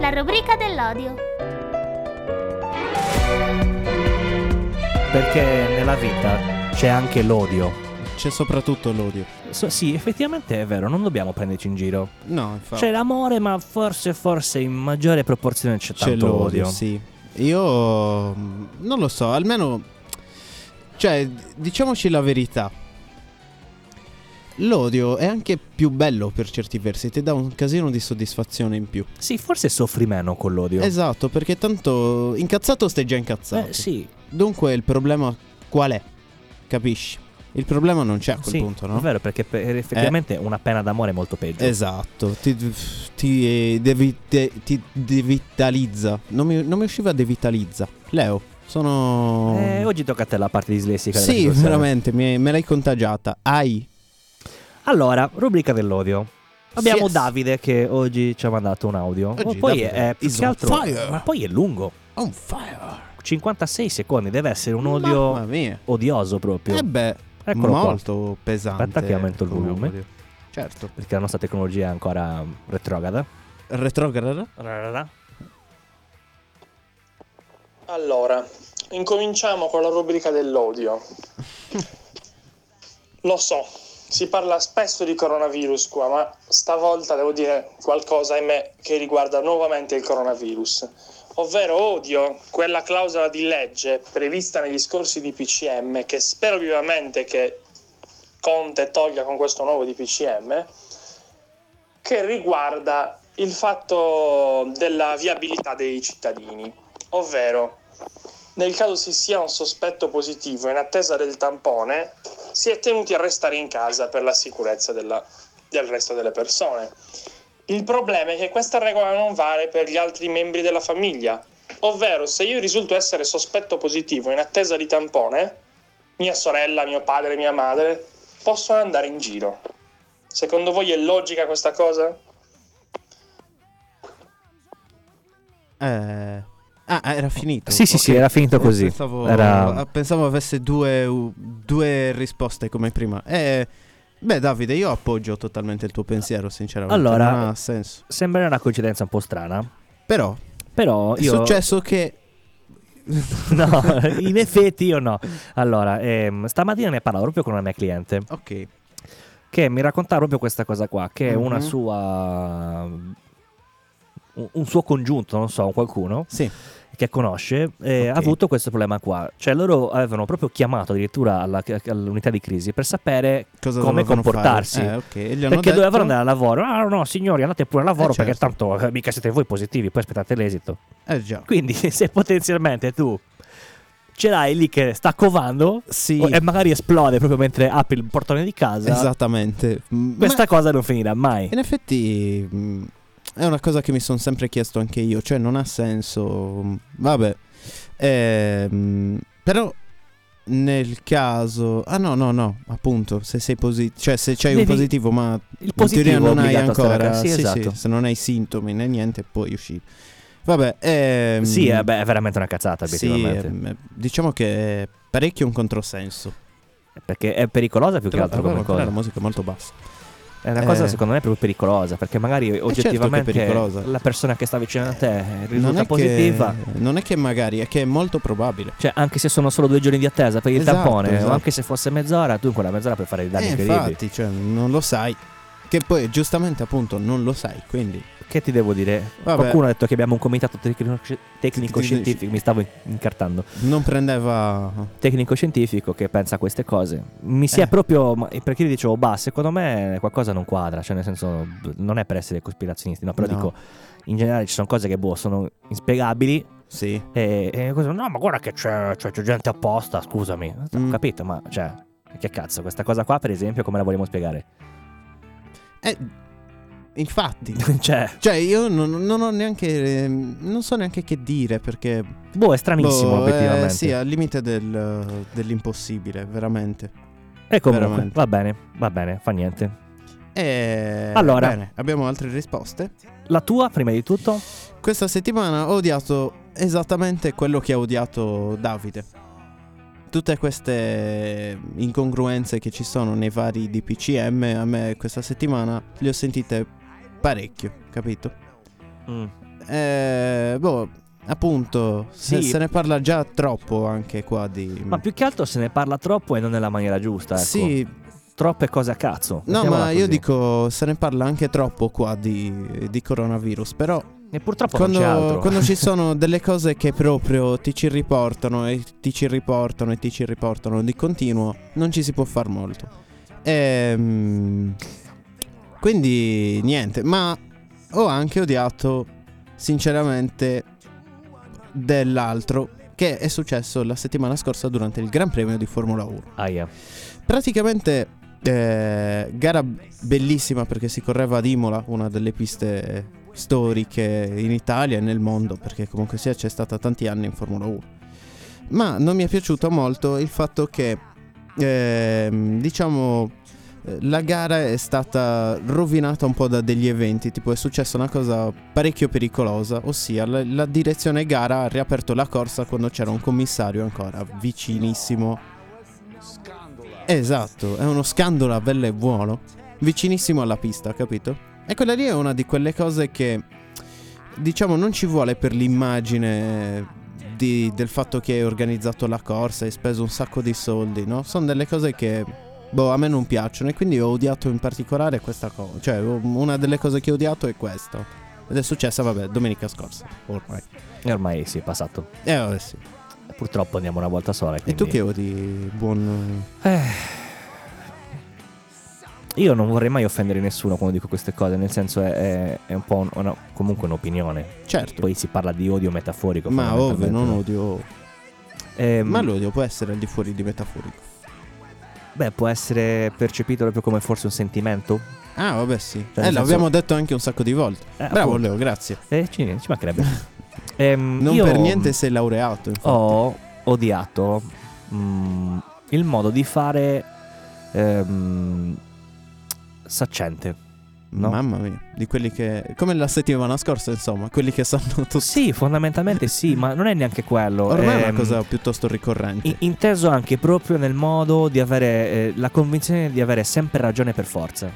la rubrica dell'odio. Perché nella vita c'è anche l'odio. C'è soprattutto l'odio. So- sì, effettivamente è vero, non dobbiamo prenderci in giro. No, infatti. C'è l'amore, ma forse, forse in maggiore proporzione c'è tanto C'è l'odio, odio. sì. Io mm, non lo so, almeno cioè d- diciamoci la verità. L'odio è anche più bello per certi versi, ti dà un casino di soddisfazione in più. Sì, forse soffri meno con l'odio. Esatto, perché tanto incazzato stai già incazzato. Eh, sì, Dunque il problema qual è? Capisci? Il problema non c'è a quel sì, punto, è no? vero, perché per- effettivamente una pena d'amore è molto peggio. Esatto, ti, ti, eh, devi- te- ti devitalizza. Non mi, non mi usciva devitalizza. Leo, sono... Eh, oggi tocca a te la parte dislessica. della sì, situazione. veramente, mi- me l'hai contagiata. Ai. Allora, rubrica dell'odio. Abbiamo Yes. Davide che oggi ci ha mandato un audio. Oggi Oh, poi, Davide è, più is che on altro- fire. ma poi è lungo. On fire. 56 secondi, deve essere un odio Mamma mia. odioso proprio. Eh beh, Eccolo qua. molto pesante. Aspetta che aumento il come volume. odio. Certo. Perché la nostra tecnologia è ancora mm, retrograda. Retrograda? Allora, incominciamo con la rubrica dell'odio. Lo so, si parla spesso di coronavirus qua, ma stavolta devo dire qualcosa, ahimè, che riguarda nuovamente il coronavirus. Ovvero odio quella clausola di legge prevista negli scorsi DPCM, che spero vivamente che Conte toglia con questo nuovo DPCM, che riguarda il fatto della viabilità dei cittadini ovvero nel caso si sia un sospetto positivo in attesa del tampone, si è tenuti a restare in casa per la sicurezza della- del resto delle persone. Il problema è che questa regola non vale per gli altri membri della famiglia, ovvero se io risulto essere sospetto positivo in attesa di tampone, mia sorella, mio padre, mia madre possono andare in giro. Secondo voi è logica questa cosa? Eh... Ah, era finito. Sì, sì, sì, Ok. Eh, era finito così. Pensavo, Era- ah, pensavo avesse due, u- due risposte come prima. Eh, beh, Davide, io appoggio totalmente il tuo pensiero, sinceramente. Allora- non ha senso. Sembra una coincidenza un po' strana. Però Però è io... successo che. No, in effetti io no. Allora, ehm, stamattina ne parlavo proprio con una mia cliente Ok, che mi raccontava proprio questa cosa qua, che una Mhm. sua... un- un suo congiunto, non so, qualcuno sì. che conosce eh, Ok. ha avuto questo problema qua. Cioè loro avevano proprio chiamato addirittura alla- all'unità di crisi per sapere Cosa come dovevano comportarsi. fare? Eh, ok, e gli hanno Perché detto- dovevano andare al lavoro. Ah no, signori, andate pure al lavoro Eh, perché certo. tanto eh, mica siete voi positivi, poi aspettate l'esito. Eh già. Quindi se potenzialmente tu ce l'hai lì che sta covando Sì, o- e magari esplode proprio mentre apri il portone di casa, esattamente. Mm, esatto. questa ma cosa non finirà mai. in effetti mm, è una cosa che mi sono sempre chiesto anche io. Cioè, non ha senso. mm, Vabbè. Ehm, però. Nel caso, ah no, no, no, appunto, se sei positivo, cioè se c'hai un Devi- positivo, ma Il In teoria positivo non è hai obbligato a stare a ancora. casa. Sì, sì, esatto. sì, se non hai sintomi né niente, puoi uscire. Vabbè, ehm, Sì, eh, beh, è veramente una cazzata, sì, obiettivamente. ehm, diciamo che è parecchio un controsenso. Perché è pericolosa più che Tra- altro vabbè, come ancora cosa. la musica è molto bassa. È una cosa Eh. certo secondo me proprio pericolosa perché magari che è oggettivamente pericolosa. la persona che sta vicino a te Non risulta è, positiva. Che, non è che magari, è che è molto probabile. Cioè, anche se sono solo due giorni di attesa per il Esatto, tampone, o esatto. anche se fosse mezz'ora, tu in quella mezz'ora puoi fare dei danni Eh, incredibili. infatti, cioè, non lo sai. Che poi, giustamente, appunto, non lo sai. Quindi, Che ti devo dire? Vabbè. Qualcuno ha detto che abbiamo un comitato tecnico- tecnico-scientifico. Mi stavo in- incartando. non prendeva. Tecnico-scientifico che pensa a queste cose. Mi si è Eh. proprio. ma- Perché gli dicevo, bah, secondo me qualcosa non quadra. Cioè, nel senso, b- non è per essere cospirazionisti, no, però No. dico. In generale ci sono cose che boh, sono inspiegabili, Sì, E, e cosa- no, ma guarda che c'è, cioè, c'è gente apposta, scusami. Ho Mm. capito, ma cioè, che cazzo, questa cosa qua, per esempio, come la vogliamo spiegare? Eh, infatti. cioè, Cioè, io non, non ho neanche. ehm, Non so neanche che dire perché. boh, è stranissimo, Boh, eh, obiettivamente. sì, al limite del, dell'impossibile, veramente. e comunque, veramente. va bene, va bene, fa niente. E... Allora. Eh, Bene, abbiamo altre risposte. La tua, prima di tutto? Questa settimana ho odiato esattamente quello che ha odiato Davide. Tutte queste incongruenze che ci sono nei vari DPCM, a me questa settimana le ho sentite parecchio, capito? eh, boh, appunto, se, Sì. se ne parla già troppo anche qua di... Ma più che altro se ne parla troppo e non nella maniera giusta. Ecco. Sì, Troppe cose a cazzo. no, mettiamola ma io così. dico, se ne parla anche troppo qua di, di coronavirus, però E purtroppo quando, non c'è altro. quando ci sono delle cose che proprio ti ci riportano e ti ci riportano e ti ci riportano di continuo, non ci si può far molto. Ehm, quindi niente, ma ho anche odiato sinceramente dell'altro che è successo la settimana scorsa durante il Gran Premio di Formula 1. Aia. Praticamente eh, gara bellissima perché si correva ad Imola, una delle piste storiche in Italia e nel mondo, perché comunque sia c'è stata tanti anni in Formula 1. Ma non mi è piaciuto molto il fatto che, ehm, diciamo, eh, la gara è stata rovinata un po' da degli eventi, tipo è successa una cosa parecchio pericolosa, ossia la, la direzione gara ha riaperto la corsa quando c'era un commissario ancora vicinissimo Esatto, è uno scandalo a belle e buono, vicinissimo alla pista, capito? E quella lì è una di quelle cose che, diciamo, non ci vuole per l'immagine di- del fatto che hai organizzato la corsa, hai speso un sacco di soldi, no? Sono delle cose che, boh, a me non piacciono e quindi ho odiato in particolare questa cosa. Cioè, una delle cose che ho odiato è questa. Ed è successa, vabbè, domenica scorsa, ormai. E ormai sì, è passato. Eh, vabbè, sì. Purtroppo andiamo una volta sola. E quindi- tu che odi, buon... Io non vorrei mai offendere nessuno quando dico queste cose, nel senso è, è- è un po' un- una- comunque un'opinione. Certo. Poi si parla di odio metaforico. Ma ovvio, non fondamentalmente. odio... Ehm, Ma l'odio può essere al di fuori di metaforico. Beh, può essere percepito proprio come forse un sentimento. Ah, vabbè, sì. Cioè, eh, nel l'abbiamo senso- detto anche un sacco di volte. Eh, Bravo, appunto. Leo, grazie. Eh, ci, ci mancherebbe. Ehm, Non io Oh, per niente sei laureato. Infatti. Ho odiato mm, il modo di fare ehm, saccente. no. Mamma mia, di quelli che. Come la settimana scorsa, insomma, quelli che sanno tutto. Sì, fondamentalmente sì, ma non è neanche quello. Ormai è Ehm, una cosa piuttosto ricorrente. I- inteso anche proprio nel modo di avere eh, la convinzione di avere sempre ragione per forza,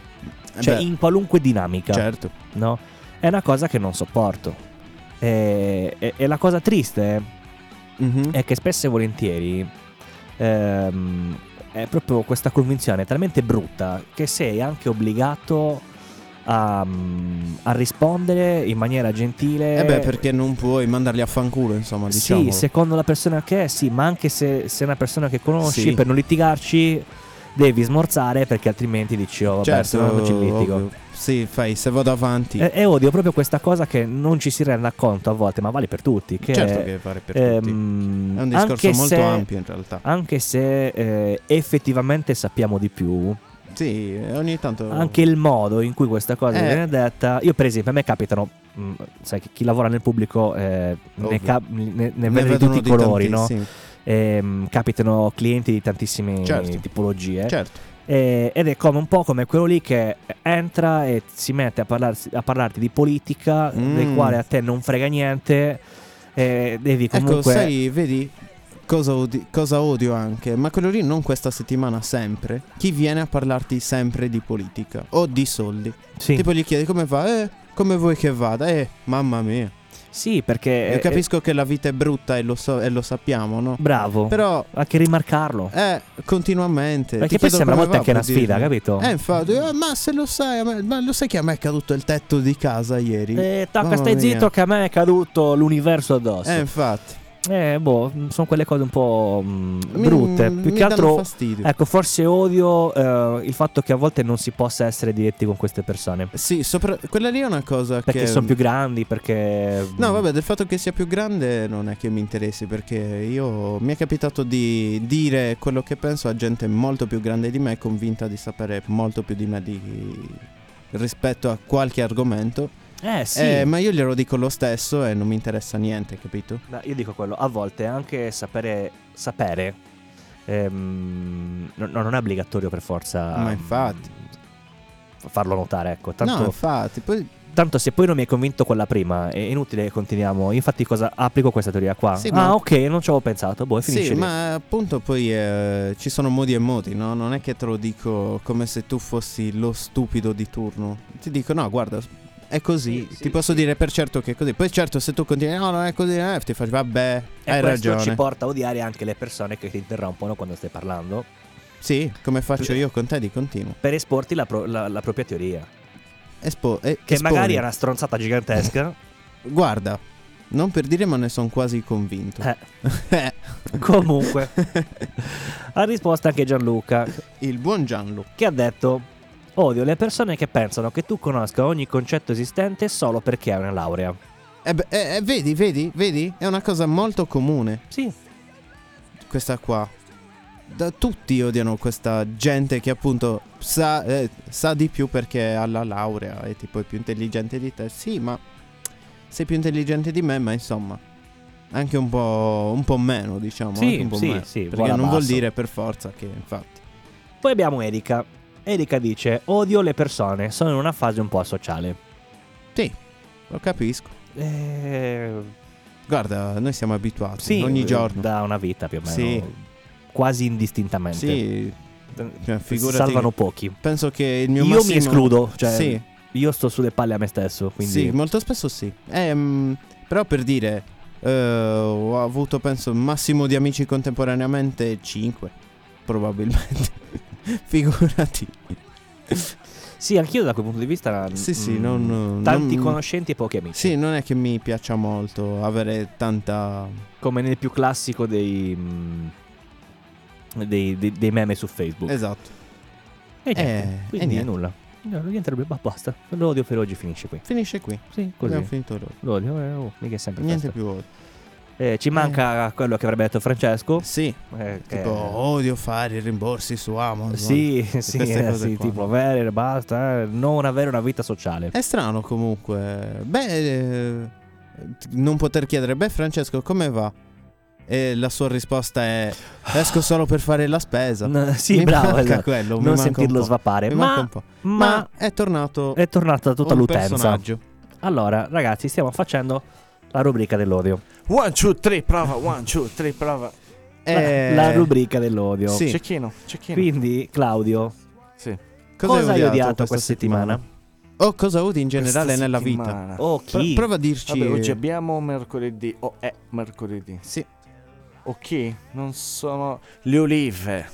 Eh, cioè beh, in qualunque dinamica, certo. no? È una cosa che non sopporto. E, e- e la cosa triste eh, Mhm. è che spesso Mm-hmm. e volentieri ehm, è proprio questa convinzione talmente brutta che sei anche obbligato a, mm, a rispondere in maniera gentile. Eh beh, perché non puoi mandarli a fanculo, insomma, diciamo. Sì, secondo la persona che è, sì, ma anche se sei una persona che conosci, Sì. per non litigarci, devi smorzare perché altrimenti dici, oh, vabbè, se certo, no non ci litigo. ovvio. Sì, fai, se vado avanti. E, e odio proprio questa cosa che non ci si renda conto a volte, ma vale per tutti. Che certo che fare per tutti. ehm, È un discorso anche molto se- ampio, in realtà. Anche se eh, effettivamente sappiamo di più, Sì, ogni tanto. anche il modo in cui questa cosa Eh. viene detta. Io, per esempio, a me capitano, mh, sai, che chi lavora nel pubblico eh, ne, Ovvio. cap- ne, ne Ne vede di vedono tutti i colori, no? tantissimi. ehm, capitano clienti di tantissime Certo. tipologie Certo. Eh, ed è come un po' come quello lì che entra e si mette a, parlarsi- a parlarti di politica Mm. del quale a te non frega niente eh, devi comunque Ecco, sai, vedi cosa, odi- cosa odio anche, ma quello lì non questa settimana, sempre. Chi viene a parlarti sempre di politica o di soldi? sì, Tipo gli chiedi come va, eh, come vuoi che vada, eh, mamma mia. Sì, perché Io eh, capisco che la vita è brutta e lo, so- e lo sappiamo, no? eh, bravo Però, anche rimarcarlo eh, continuamente. perché Eh, ti poi chiedo sembra a come volte va, anche una puoi sfida dirmi. capito Eh, infatti, eh, ma se lo sai, a me- ma lo sai che a me è caduto il tetto di casa ieri? Eh, tocca Mamma stai mia. zitto che a me è caduto l'universo addosso Eh, infatti. Eh, boh sono quelle cose un po' mh, Mi- brutte più mi che danno altro fastidio. Ecco, forse odio eh, il fatto che a volte non si possa essere diretti con queste persone. Sì, sopra- quella lì è una cosa Perché che... sono più grandi, perché... mm, No, vabbè, del fatto che sia più grande non è che mi interessi perché io mi è capitato di dire quello che penso a gente molto più grande di me, convinta di sapere molto più di me di- rispetto a qualche argomento. Eh, sì. Eh, ma io glielo dico lo stesso e non mi interessa niente, capito? No, io dico quello, a volte anche sapere... Sapere... ehm, no- no, non è obbligatorio per forza... Ma infatti. mh, Farlo notare, ecco. Tanto, No, infatti, poi tanto se poi non mi hai convinto con la prima, è inutile che continuiamo. Infatti cosa applico questa teoria qua? Sì, ah, ma- ok, non ci avevo pensato. Boh, e finisce Sì, lì. ma appunto poi eh, ci sono modi e modi, no? Non è che te lo dico come se tu fossi lo stupido di turno. Ti dico, no, guarda, è così. Sì, sì, ti posso sì. dire per certo che è così. Poi certo se tu continui, no, non è così, eh, ti faccio, vabbè, E hai questo ragione. ci porta a odiare anche le persone che ti interrompono quando stai parlando Sì, come faccio io con te di continuo. per esporti la, pro- la- la propria teoria. Espo- e- Che esponi. magari è una stronzata gigantesca. Guarda, non per dire ma ne sono quasi convinto. Eh, comunque, ha risposto anche Gianluca, Il buon Gianlu. che ha detto: Odio le persone che pensano che tu conosca ogni concetto esistente solo perché hai una laurea. Eh beh, eh, eh, vedi, vedi, vedi? È una cosa molto comune, Sì, questa qua. Da, tutti odiano questa gente che appunto sa, eh, sa di più perché ha la laurea e tipo è più intelligente di te. Sì, ma sei più intelligente di me, ma insomma, anche un po', un po' meno, diciamo. Sì, anche un po' sì, meno. sì, perché vola non vuol basso. dire per forza che, infatti. Poi abbiamo Erika. Erika dice: Odio le persone, sono in una fase un po' asociale. Sì, lo capisco. Eh, Guarda, noi siamo abituati sì, ogni eh, giorno. Da una vita più o meno. Sì. Quasi indistintamente. Sì, cioè, Si figurati. salvano che- pochi. Penso che il mio Io mi massimo- escludo, cioè- sì, Io sto sulle palle a me stesso. Quindi sì, molto spesso sì. Ehm, però per dire, eh, ho avuto penso un massimo di amici contemporaneamente 5, probabilmente. Figurati. Sì, anch'io da quel punto di vista. Sì, sì, mm, non- non- Tanti conoscenti e pochi amici. Sì, non è che mi piaccia molto avere tanta... Come nel più classico dei. mm, dei, dei- dei meme su Facebook. Esatto, e niente. eh, quindi e niente. nulla. No, non niente, ma basta. L'odio per oggi finisce qui. finisce qui. Sì, Abbiamo così. finito l'ora. L'odio, eh, oh, mica è sempre Niente festa. più odio. Eh, ci manca quello che avrebbe detto Francesco. Sì, eh, che- tipo odio fare i rimborsi su Amazon. Sì, sì, queste eh, cose sì, qua. Eh, tipo avere, basta, eh, non avere una vita sociale. È strano comunque. Beh, eh, non poter chiedere, beh Francesco, come va? E la sua risposta è, esco solo per fare la spesa. N- sì, Mi bravo, manca esatto. quello, non mi manca un sentirlo po'. svapare. Mi manca Ma, un po'. ma Ma è tornato è tornata tutta un l'utenza. personaggio. Allora, ragazzi, stiamo facendo la rubrica dell'odio. One, two, three, prova. One, two, three, prova. Eh, La rubrica dell'odio. Sì. Cecchino, cecchino. Quindi, Claudio, Sì. cosa, hai odiato, questa questa settimana? O cosa odi in generale Questa nella vita? settimana. O Ah, Pro- oh, chi? prova a dirci... Vabbè, oggi abbiamo mercoledì. O è mercoledì. Sì, Ok, non sono le olive.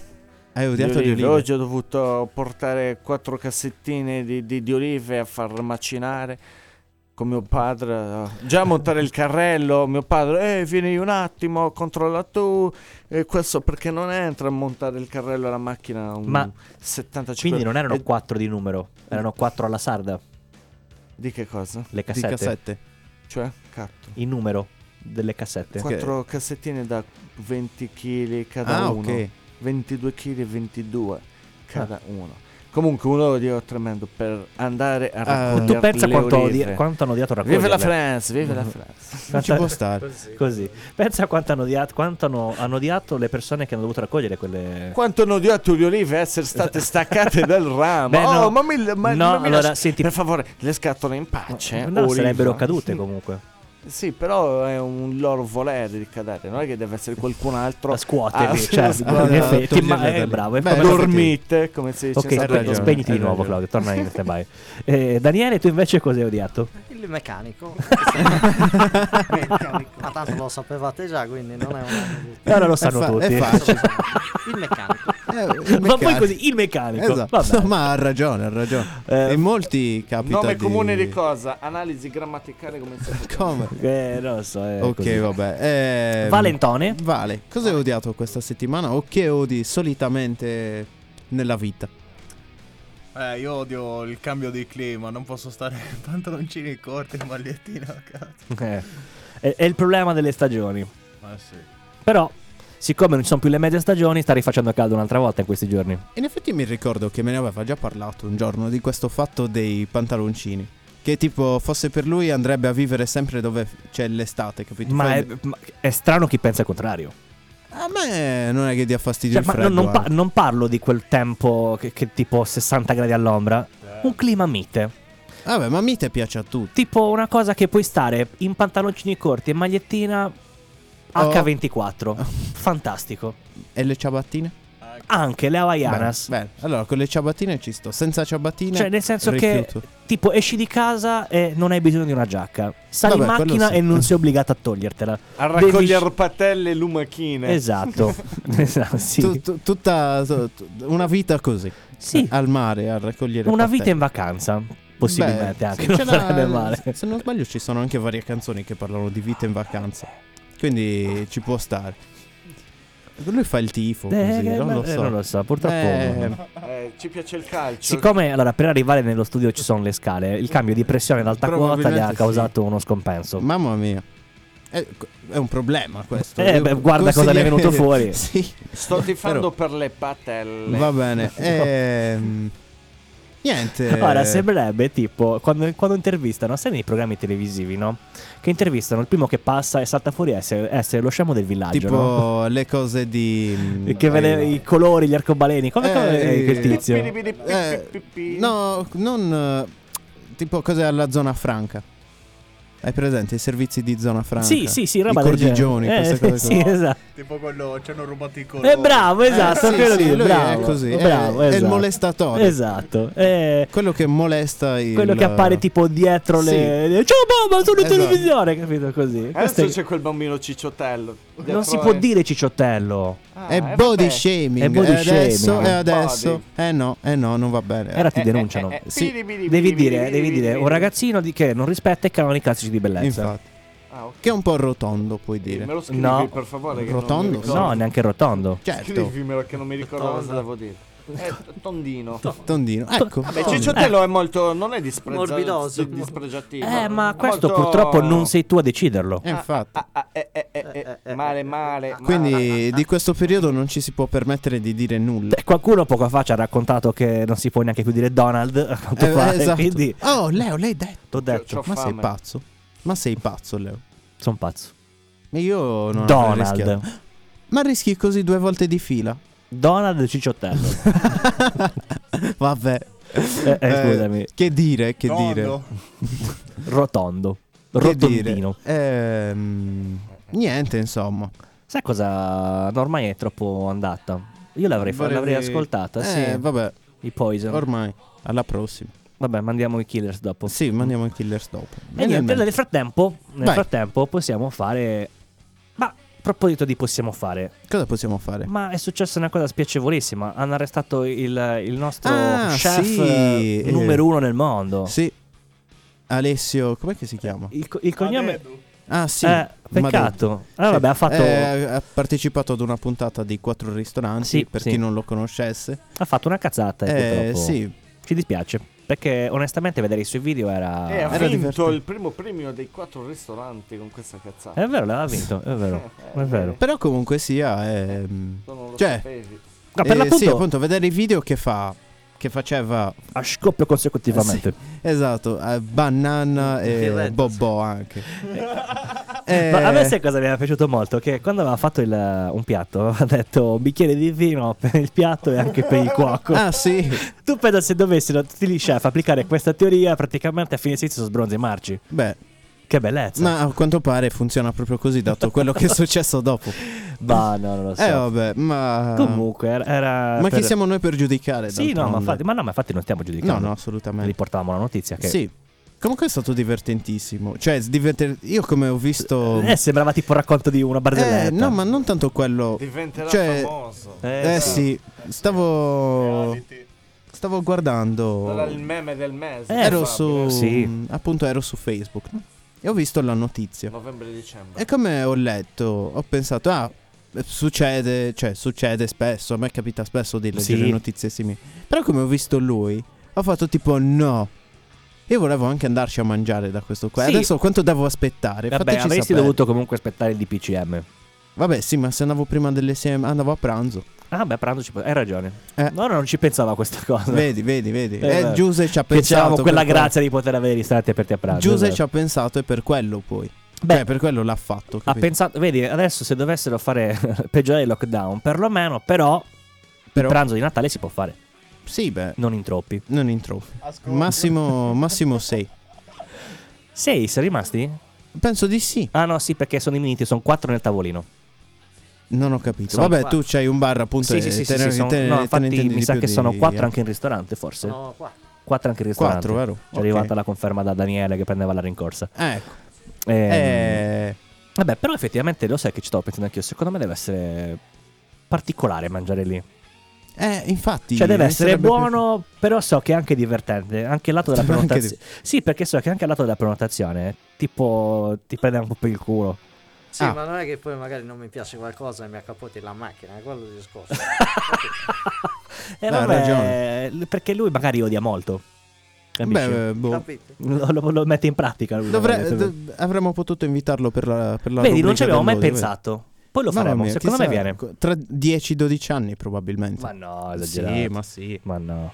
hai Le odiato le olive. olive. Oggi ho dovuto portare quattro cassettine di, di- di olive a far macinare con mio padre. eh, Già a montare il carrello, mio padre, eh, vieni un attimo, controlla tu. E questo perché non entra a montare il carrello alla macchina un Ma- 75. Quindi non erano Eh, quattro di numero, erano quattro alla sarda, Di che cosa? le Di cassette, cassette. Cioè, catto. il numero delle cassette. Quattro cassettine da 20 kg cada Ah, uno. ok. Ah. 22 kg e 22 cada uno. Comunque un odio tremendo per andare Ah. a raccogliere Tu pensa Eh, le quanto, olive. odi- quanto hanno odiato Vive raccoglierle la France, vive Mm-hmm. la France. Non ci Quanta- può stare. Così. Pensa quanto hanno odiato, quanto hanno, hanno odiato le persone che hanno dovuto raccogliere quelle... Quanto hanno odiato le olive essere state staccate dal ramo. Beh, oh, no. ma mi, ma- No, ma mi allora, lasci- senti- per favore, le scatole in pace. No, oliva. sarebbero cadute Ah, Sì, comunque. Sì, però è un loro volere di cadere, non è che deve essere qualcun altro La a- scuoterli, cioè, in scuoterli. effetti, ma Toglierle è dalle- bravo, è Beh, come- allora- dormite, come si dice. Ok, in hai spe- Sardegna. ragione, spegniti di hai nuovo Claudio, ragione. torna in standby. Eh, Daniele, tu invece cosa hai odiato? Il meccanico. Il meccanico. Ma tanto lo sapevate già, quindi non è un E ora lo È sanno fa- tutti. È facile. Il meccanico. Eh, il Ma poi meccanico. così, il meccanico. Esatto. Vabbè. Ma ha ragione, ha ragione. Eh, e molti capita Nome di- comune di cosa? Analisi grammaticale come si dice. Come? Eh, non lo so. È ok, così. vabbè. ehm, Valentone. Vale. Cosa hai odiato questa settimana o che odi solitamente nella vita? Eh, io odio il cambio di clima, non posso stare in pantaloncini corti e magliettina a casa. Eh, È, è il problema delle stagioni. Ma sì. Però, siccome non ci sono più le mezze stagioni, sta rifacendo caldo un'altra volta in questi giorni. In effetti mi ricordo che me ne aveva già parlato un giorno di questo fatto dei pantaloncini. Che tipo fosse per lui andrebbe a vivere sempre dove f- c'è l'estate, capito? Ma Fai- è, ma è strano chi pensa il contrario. A me non è che dia fastidio Cioè, il ma freddo. non, non pa- eh. non parlo di quel tempo che, che tipo 60 gradi all'ombra. Eh. Un clima mite. Vabbè, ma a me te piace a tutti. Tipo una cosa che puoi stare in pantaloncini corti e magliettina Oh. H24. Fantastico. E le ciabattine? Ah, anche le Havaianas. Bene, bene. Allora, con le ciabattine ci sto. Senza ciabattine. Cioè, nel senso rifiuto. che, tipo, esci di casa e non hai bisogno di una giacca. Sali in Vabbè, quello macchina sì. e non sei obbligato a togliertela. A Devi- raccogliere patelle e lumachine. Esatto. Esatto, sì. Tu- tu- tutta so, tu- una vita così. eh, Sì, Al mare, a raccogliere. una vita pattern. in vacanza. Possibilmente Beh, anche. sì, Non c'è la- sarebbe male. Se non sbaglio, ci sono anche varie canzoni che parlano di vita in vacanza. Quindi ci può stare. Lui fa il tifo. Eh, così, che- non lo eh, so. non lo so, purtroppo. Eh, Eh, ci piace il calcio. Siccome allora, per arrivare nello studio ci sono le scale, il cambio di pressione ad alta quota gli ha Probabilmente causato uno scompenso. Mamma mia. È, è un problema questo. Eh, Io beh, guarda cosa ne è venuto fuori. consiglierei- sì. Sto tifando per le patelle. Va bene. ehm, niente. Ora sembrerebbe tipo quando, quando intervistano, sai nei programmi televisivi, no? Che intervistano il primo che passa e salta fuori a essere, essere lo scemo del villaggio, tipo no? le cose di. E Che ve le- I colori, gli arcobaleni, come, come Eh, quel tizio? Bidi, bidi, pi, Eh, pi, pi, pi. No, non. eh, Tipo cose alla zona franca. Hai presente i servizi di zona franca? Sì, sì, sì, roba I del genere. cordigioni, Eh, queste cose Sì, qua. esatto. Tipo quello ci hanno rubato i colori. È bravo, esatto, Eh, sì, quello sì, lì, lui bravo. È così. è- bravo, è, il esatto. molestatore. Esatto. eh, Quello che molesta il. Eh, quello che appare tipo dietro le, le- Ciao mamma, sono in Esatto. televisione, capito così. Questo Eh, Adesso è- c'è quel bambino cicciottello. Non Dietro si può è- dire cicciottello. Ah, È eh, body vabbè. shaming. È body e adesso, shaming. E adesso. Body. Eh no, eh no, non va bene. Era ti Eh, denunciano. eh, eh, eh. Sì, Bidi, bidi, devi bidi, dire, bidi, devi bidi, dire bidi. un ragazzino di- che non rispetta i canoni classici di bellezza. Infatti. Ah, ok. Che è un po' rotondo, puoi dire. Me lo scrivi No. per favore. Che Rotondo? Non mi ricordo. No, neanche rotondo. Certo. Scrivimelo che non mi ricordo cosa devo dire. Eh, tondino. Tondino. Ecco. Beh, Cicciottello è molto. non è disprezza- Morbidoso. di- dispregiativo. Eh, ma questo Molto- purtroppo non sei tu a deciderlo. Eh, infatti. Ah, ah, eh, eh, eh, eh, Eh, eh, eh. Male, male. Eh, male. Quindi di questo periodo non ci si può permettere di dire nulla. Beh, qualcuno poco fa ci ha raccontato che non si può neanche più dire Donald. A quanto Eh, pare, esatto. Quindi Oh, Leo, l'hai detto. t'ho detto, C'ho Ma sei fame. pazzo. Ma sei pazzo, Leo. sono pazzo. Ma io non avrei rischiato. Donald. Ma rischi così due volte di fila. Donald Cicciottello. Vabbè. Eh, eh, scusami. Che dire, che Tondo. Rotondo. dire. Che dire. Rotondino. Ehm, niente, insomma. Sai cosa? No, Ormai è troppo andata. Io l'avrei, fa- Vorrei- l'avrei ascoltata, Eh, sì. vabbè, I Poison. ormai. Alla prossima. Vabbè, mandiamo i Killers dopo. Sì, mandiamo i killers dopo. E Eh, niente, nel frattempo, nel Vai. frattempo possiamo fare... Ma a proposito di possiamo fare, Cosa possiamo fare? ma è successa una cosa spiacevolissima. Hanno arrestato il, il nostro Ah, chef sì, eh, eh. numero uno nel mondo. Sì. Alessio, com'è che si chiama? Il, co- il cognome... Ah, sì. eh, Madonna. peccato. Ah, vabbè, Sì. ha fatto, Eh, ha partecipato ad una puntata di quattro ristoranti Sì, per sì. chi non lo conoscesse. ha fatto una cazzata. e Eh, purtroppo sì, Ci dispiace. Perché onestamente vedere i suoi video era... Eh, ha Era vinto divertente. il primo premio dei quattro ristoranti con questa cazzata. È vero, l'aveva vinto, è vero. È vero. però comunque sia ehm, Tu non lo Cioè, sapevi. Ma eh, per l'appunto sì, appunto, vedere i video che fa che faceva a scoppio consecutivamente. esatto, eh, Banana e Violetta, Bobbo anche. Eh, Ma a me sai cosa mi era piaciuto molto? Che quando aveva fatto il- un piatto, aveva detto un bicchiere di vino per il piatto e anche per il cuoco. Ah, sì. Tu pensa se dovessero tutti gli chef applicare questa teoria, praticamente a fine season sbronzi marci. Beh, Che bellezza. ma a quanto pare funziona proprio così dato quello che è successo dopo. Ma no, non lo so. Eh vabbè, ma Comunque era... era ma chi per- siamo noi per giudicare? Sì, no d'altronde? ma, infatti, ma no, ma infatti non stiamo No, giudicando. no, assolutamente. Riportavamo la notizia che... Sì. Comunque è stato divertentissimo. Cioè, diverter- io come ho visto. Eh, sembrava tipo un racconto di una barzelletta. oh. Eh, no, ma non tanto quello. Diventerà Cioè- famoso. Eh, Eh sì, stavo. Stavo Sarà oh. il guardando. meme del mese. Eh, Ero Fabio. su. Sì. Appunto, ero su Facebook. no? E ho visto la notizia. Novembre-dicembre. Eh, E come ho letto, ho pensato, ah, succede, cioè, succede spesso. A me capita spesso di leggere Sì. notizie simili. Però come ho visto lui, ho fatto tipo, no. Io volevo anche andarci a mangiare da questo qua. Sì. Adesso quanto devo aspettare? Vabbè, Fateci avresti sapere. dovuto comunque aspettare il DPCM. Vabbè, sì, ma se andavo prima delle sem- andavo a pranzo. Ah, beh, pranzo ci può- Hai ragione. Eh. No, no, non ci pensavo a questa cosa. Vedi, vedi, vedi. Eh, Eh, beh. Giuse ci ha Che pensato. c'avevamo quella per quello. grazia di poter avere i ristoranti aperti a pranzo. esatto. Giuse è vero. ci ha pensato e per quello poi. Beh, cioè, per quello l'ha fatto. ha capito? pensato, vedi, adesso se dovessero fare peggiorare il lockdown, perlomeno, però, Però- il pranzo di Natale si può fare, Sì, beh, non in troppi. non in troppo. Massimo, massimo 6. Sei, sei rimasti? Penso di sì. Ah no, sì, perché sono i minuti, sono quattro nel tavolino. Non ho capito. Sono Vabbè, quattro. tu c'hai un bar appunto Sì, e sì, sì, eh, te sì, ne- sì, sono- te ne- no, te ne infatti intendi di mi sa più che di- sono quattro anche in ristorante, forse. Sono qua. Quattro anche in ristorante. Quattro, vero? Ci è arrivata la conferma da Daniele che prendeva la rincorsa. Ah, ecco. Ehm, Eh, Vabbè, però effettivamente lo sai che ci stavo pensando anch'io. Secondo me deve essere particolare mangiare lì. eh, infatti. Cioè, deve mi essere sarebbe buono, però so che è anche divertente. Anche il lato della Anche di- prenotazione. Sì, perché so che anche il lato della prenotazione, tipo, ti prende un po' per il culo. Sì, Ah. ma non è che poi magari non mi piace qualcosa e mi accapoti la macchina, è quello il discorso. E Beh, vabbè, hai ragione. perché lui magari odia molto. più- Capisci? Beh, boh. Capite? lo, lo- lo mette in pratica. Lui, Dovre- Vedi, dov- avremmo potuto invitarlo per la, per la Vedi, non rubrica ci avevamo mai dell'odio, pensato. Poi lo vedi? Mamma faremo. mia, Secondo me chissà, viene. co- Tra 10-12 anni probabilmente. Ma no, esagerato. sì, ma sì. Ma no.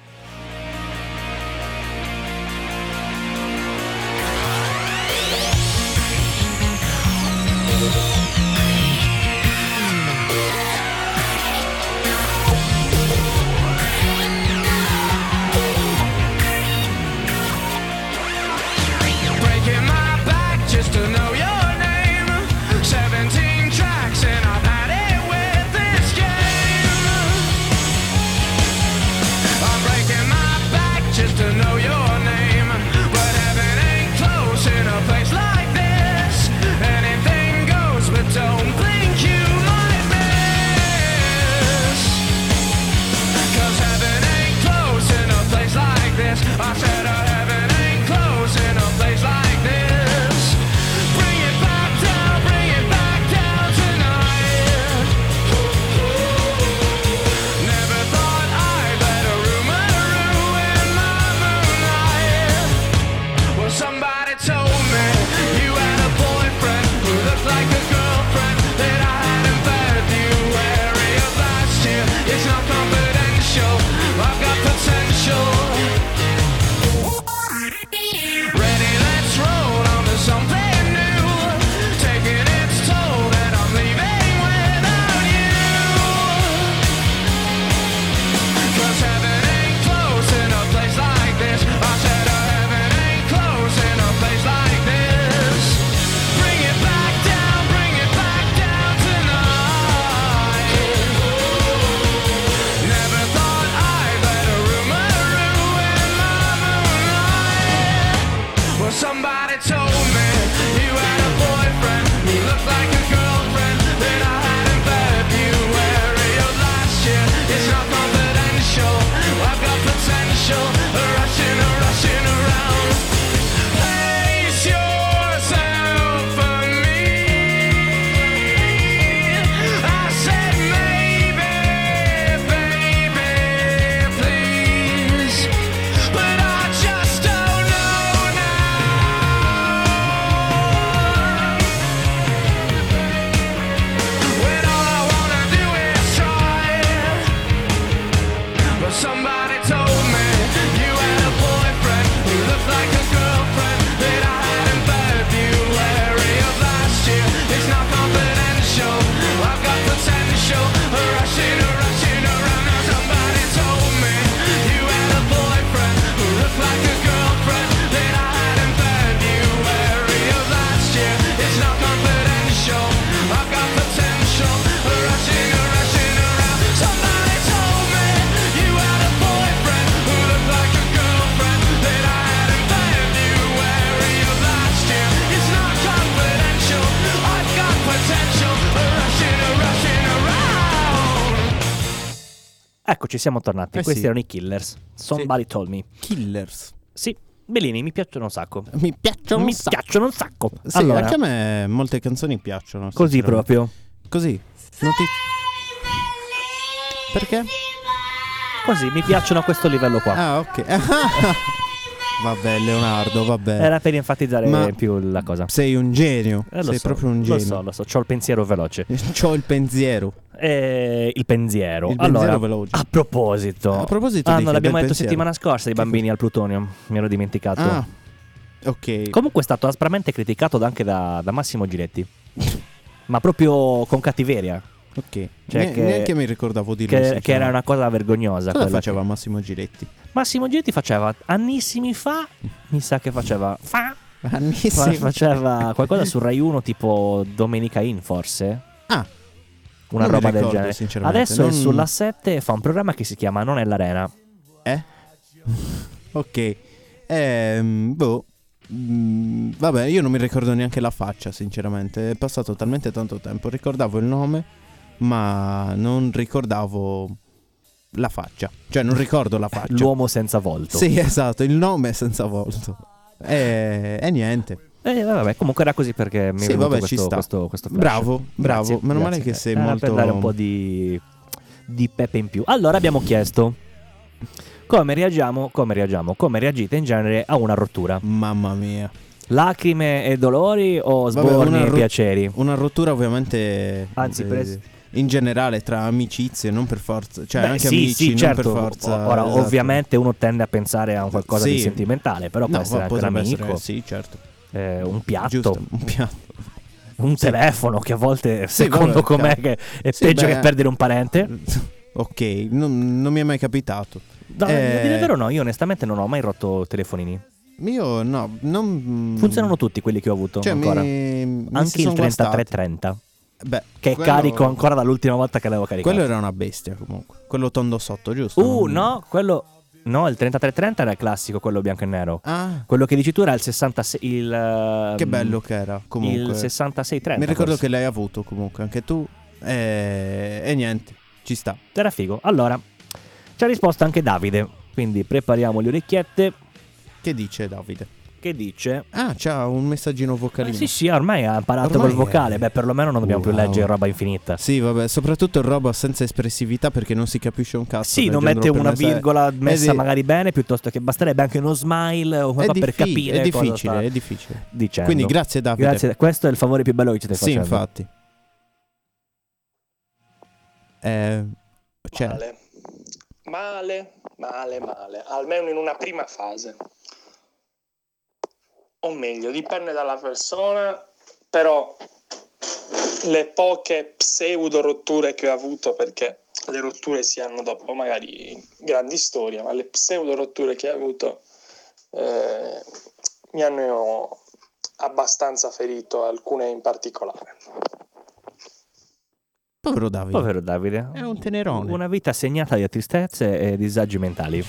Breaking my back just to know your name. 17 tracks and I've had it with this game. I'm breaking my back just to know your name. But heaven ain't close in a place like this. Anything goes, but don't blink you might miss. 'Cause heaven ain't close in a place like this. I said, oh, heaven ain't close in a place like this. Bring it back down, bring it back down tonight. Never thought I'd let a rumor ruin my moonlight. Well, somebody told me you had a boyfriend who looked like a girlfriend that I had in February of last year. It's not confidential. I've got potential. Ready, let's roll on to something new. Taking its toll, and I'm leaving without you. Cause heaven ain't close in a place like this. I said, oh, heaven ain't close in a place like this. Bring it back down, bring it back down tonight. Never thought I'd let a rumor ruin my moonlight. Well, somebody told me you had a boyfriend who looked like a girlfriend that I had in February of last year. It's not confidential. I've got potential. Rushing, rushing around. Place yourself for me. I said maybe, baby, please. But I just don't know now. When all I wanna do is try. But somebody told me you had a boyfriend who looked like a girlfriend that I had in February of last year. It's not confidential. I've got potential. Rushing, rushing around. Now somebody told me you had a boyfriend who looked like a girlfriend that I had in February of last year. It's not confidential. I've got potential. Rushing, rushing around. Somebody told me you had a boyfriend who looked like a girlfriend that I had in February of last year. It's not confidential. I've got potential. Rushing, rushing around. Eccoci, siamo tornati. Eh Questi sì. erano i Killers. Somebody told me. Killers. Sì, Bellini mi piacciono un sacco. Mi piacciono mi un sacco. piacciono un sacco. Sì, allora, anche a me molte canzoni piacciono. così sinceramente. proprio. Così. Non ti- Perché? Così mi piacciono a questo livello qua. Ah, ok. vabbè, Leonardo, vabbè. Era per enfatizzare Ma- in più la cosa. Sei un genio. Eh, lo Sei so, proprio un Lo so, genio. lo so. C'ho il pensiero veloce. C'ho il pensiero. Eh, il pensiero. Il pensiero allora, veloce. a proposito. A proposito Ah, di non che l'abbiamo bel detto pensiero. settimana scorsa i Che bambini al plutonio. Mi ero dimenticato. Ah, ok. Comunque è stato aspramente criticato da- anche da, da Massimo Giletti. Ma proprio con cattiveria. ok. Cioè Ne- che- neanche mi ricordavo di Che, lui. che era sinceramente. una cosa vergognosa. Cosa quella. faceva Massimo Giletti? Massimo Giletti faceva annissimi fa. Mi sa che faceva. Fa. fa- Annissimo. Faceva qualcosa su Rai 1 tipo Domenica In forse. Ah, una Non mi roba del ricordo, genere. sinceramente, Adesso è non- sulla 7 fa un programma che si chiama Non è l'Arena. Eh? ok. Ehm, boh. Mm, vabbè, io non mi ricordo neanche la faccia, sinceramente. È passato talmente tanto tempo. Ricordavo il nome, ma non ricordavo la faccia. Cioè, non ricordo la faccia. Eh, L'uomo senza volto. Sì, esatto, il nome è senza volto. E, e niente. Eh, vabbè, comunque era così perché mi Sì, è venuto vabbè, questo, ci sta. questo, questo flash. Bravo, bravo. Grazie, Meno male grazie. che sei Era molto. per dare un po' di, di pepe in più. Allora abbiamo chiesto come reagiamo, come reagiamo, come reagite in genere a una rottura. Mamma mia. Lacrime e dolori o Vabbè, sborni una e ro- piaceri? Una rottura, ovviamente. Anzi, eh, pres- in generale, tra amicizie, non per forza. Cioè, Beh, anche sì, amici, sì, non certo. per forza. Ora, esatto. ovviamente uno tende a pensare a un qualcosa di Sì. sentimentale, però può No, essere anche un potrebbe amico, essere- sì, certo. eh, un piatto, Giusto, un piatto. un Sì. telefono che a volte, Sì, secondo vabbè, com'è, chiaro. che è Sì, peggio beh, che perdere un parente. Ok, non, non mi è mai capitato. No, Eh, A dire il vero no, io onestamente non ho mai rotto telefonini. Io no, non... Funzionano tutti quelli che ho avuto Mm. Cioè, ancora. mi, mi Anche si il son guastati. 3330, Beh, che è quello- carico ancora dall'ultima volta che l'avevo caricato. Quello era una bestia comunque. Quello tondo sotto, giusto? Mm. Uh, Non- no, quello... No, il 3330 era il classico, quello bianco e nero. Ah, Quello che dici tu era il 66... Il, ehm, che bello che era comunque. Il 6630. Mi ricordo forse. che l'hai avuto comunque, anche tu. E, e niente, ci sta. Era figo. Allora, ci ha risposto anche Davide, quindi prepariamo le orecchiette Che dice Davide? che dice... Ah, c'ha un messaggino Eh, vocalino. sì, sì, ormai ha imparato col Ormai è- vocale, beh perlomeno non dobbiamo più Wow. leggere roba infinita. Sì, vabbè, soprattutto roba senza espressività perché non si capisce un cazzo. Sì, del non genere mette una open-air. virgola messa Eh sì. magari bene, piuttosto che basterebbe anche uno smile o È qualcosa per diffi- capire È cosa difficile, sta è difficile. dicendo. Quindi grazie Davide. Grazie, questo è il favore più bello che ci stai Sì, facendo. infatti. Eh, cioè, Male. Male, male, male. Almeno in una prima fase. O meglio, dipende dalla persona, però le poche pseudo rotture che ho avuto, perché le rotture si hanno dopo magari grandi storie, ma le pseudo rotture che ho avuto eh, mi hanno abbastanza ferito, alcune in particolare. povero Davide. Povero Davide. È un tenerone. Una vita segnata da tristezze e disagi mentali.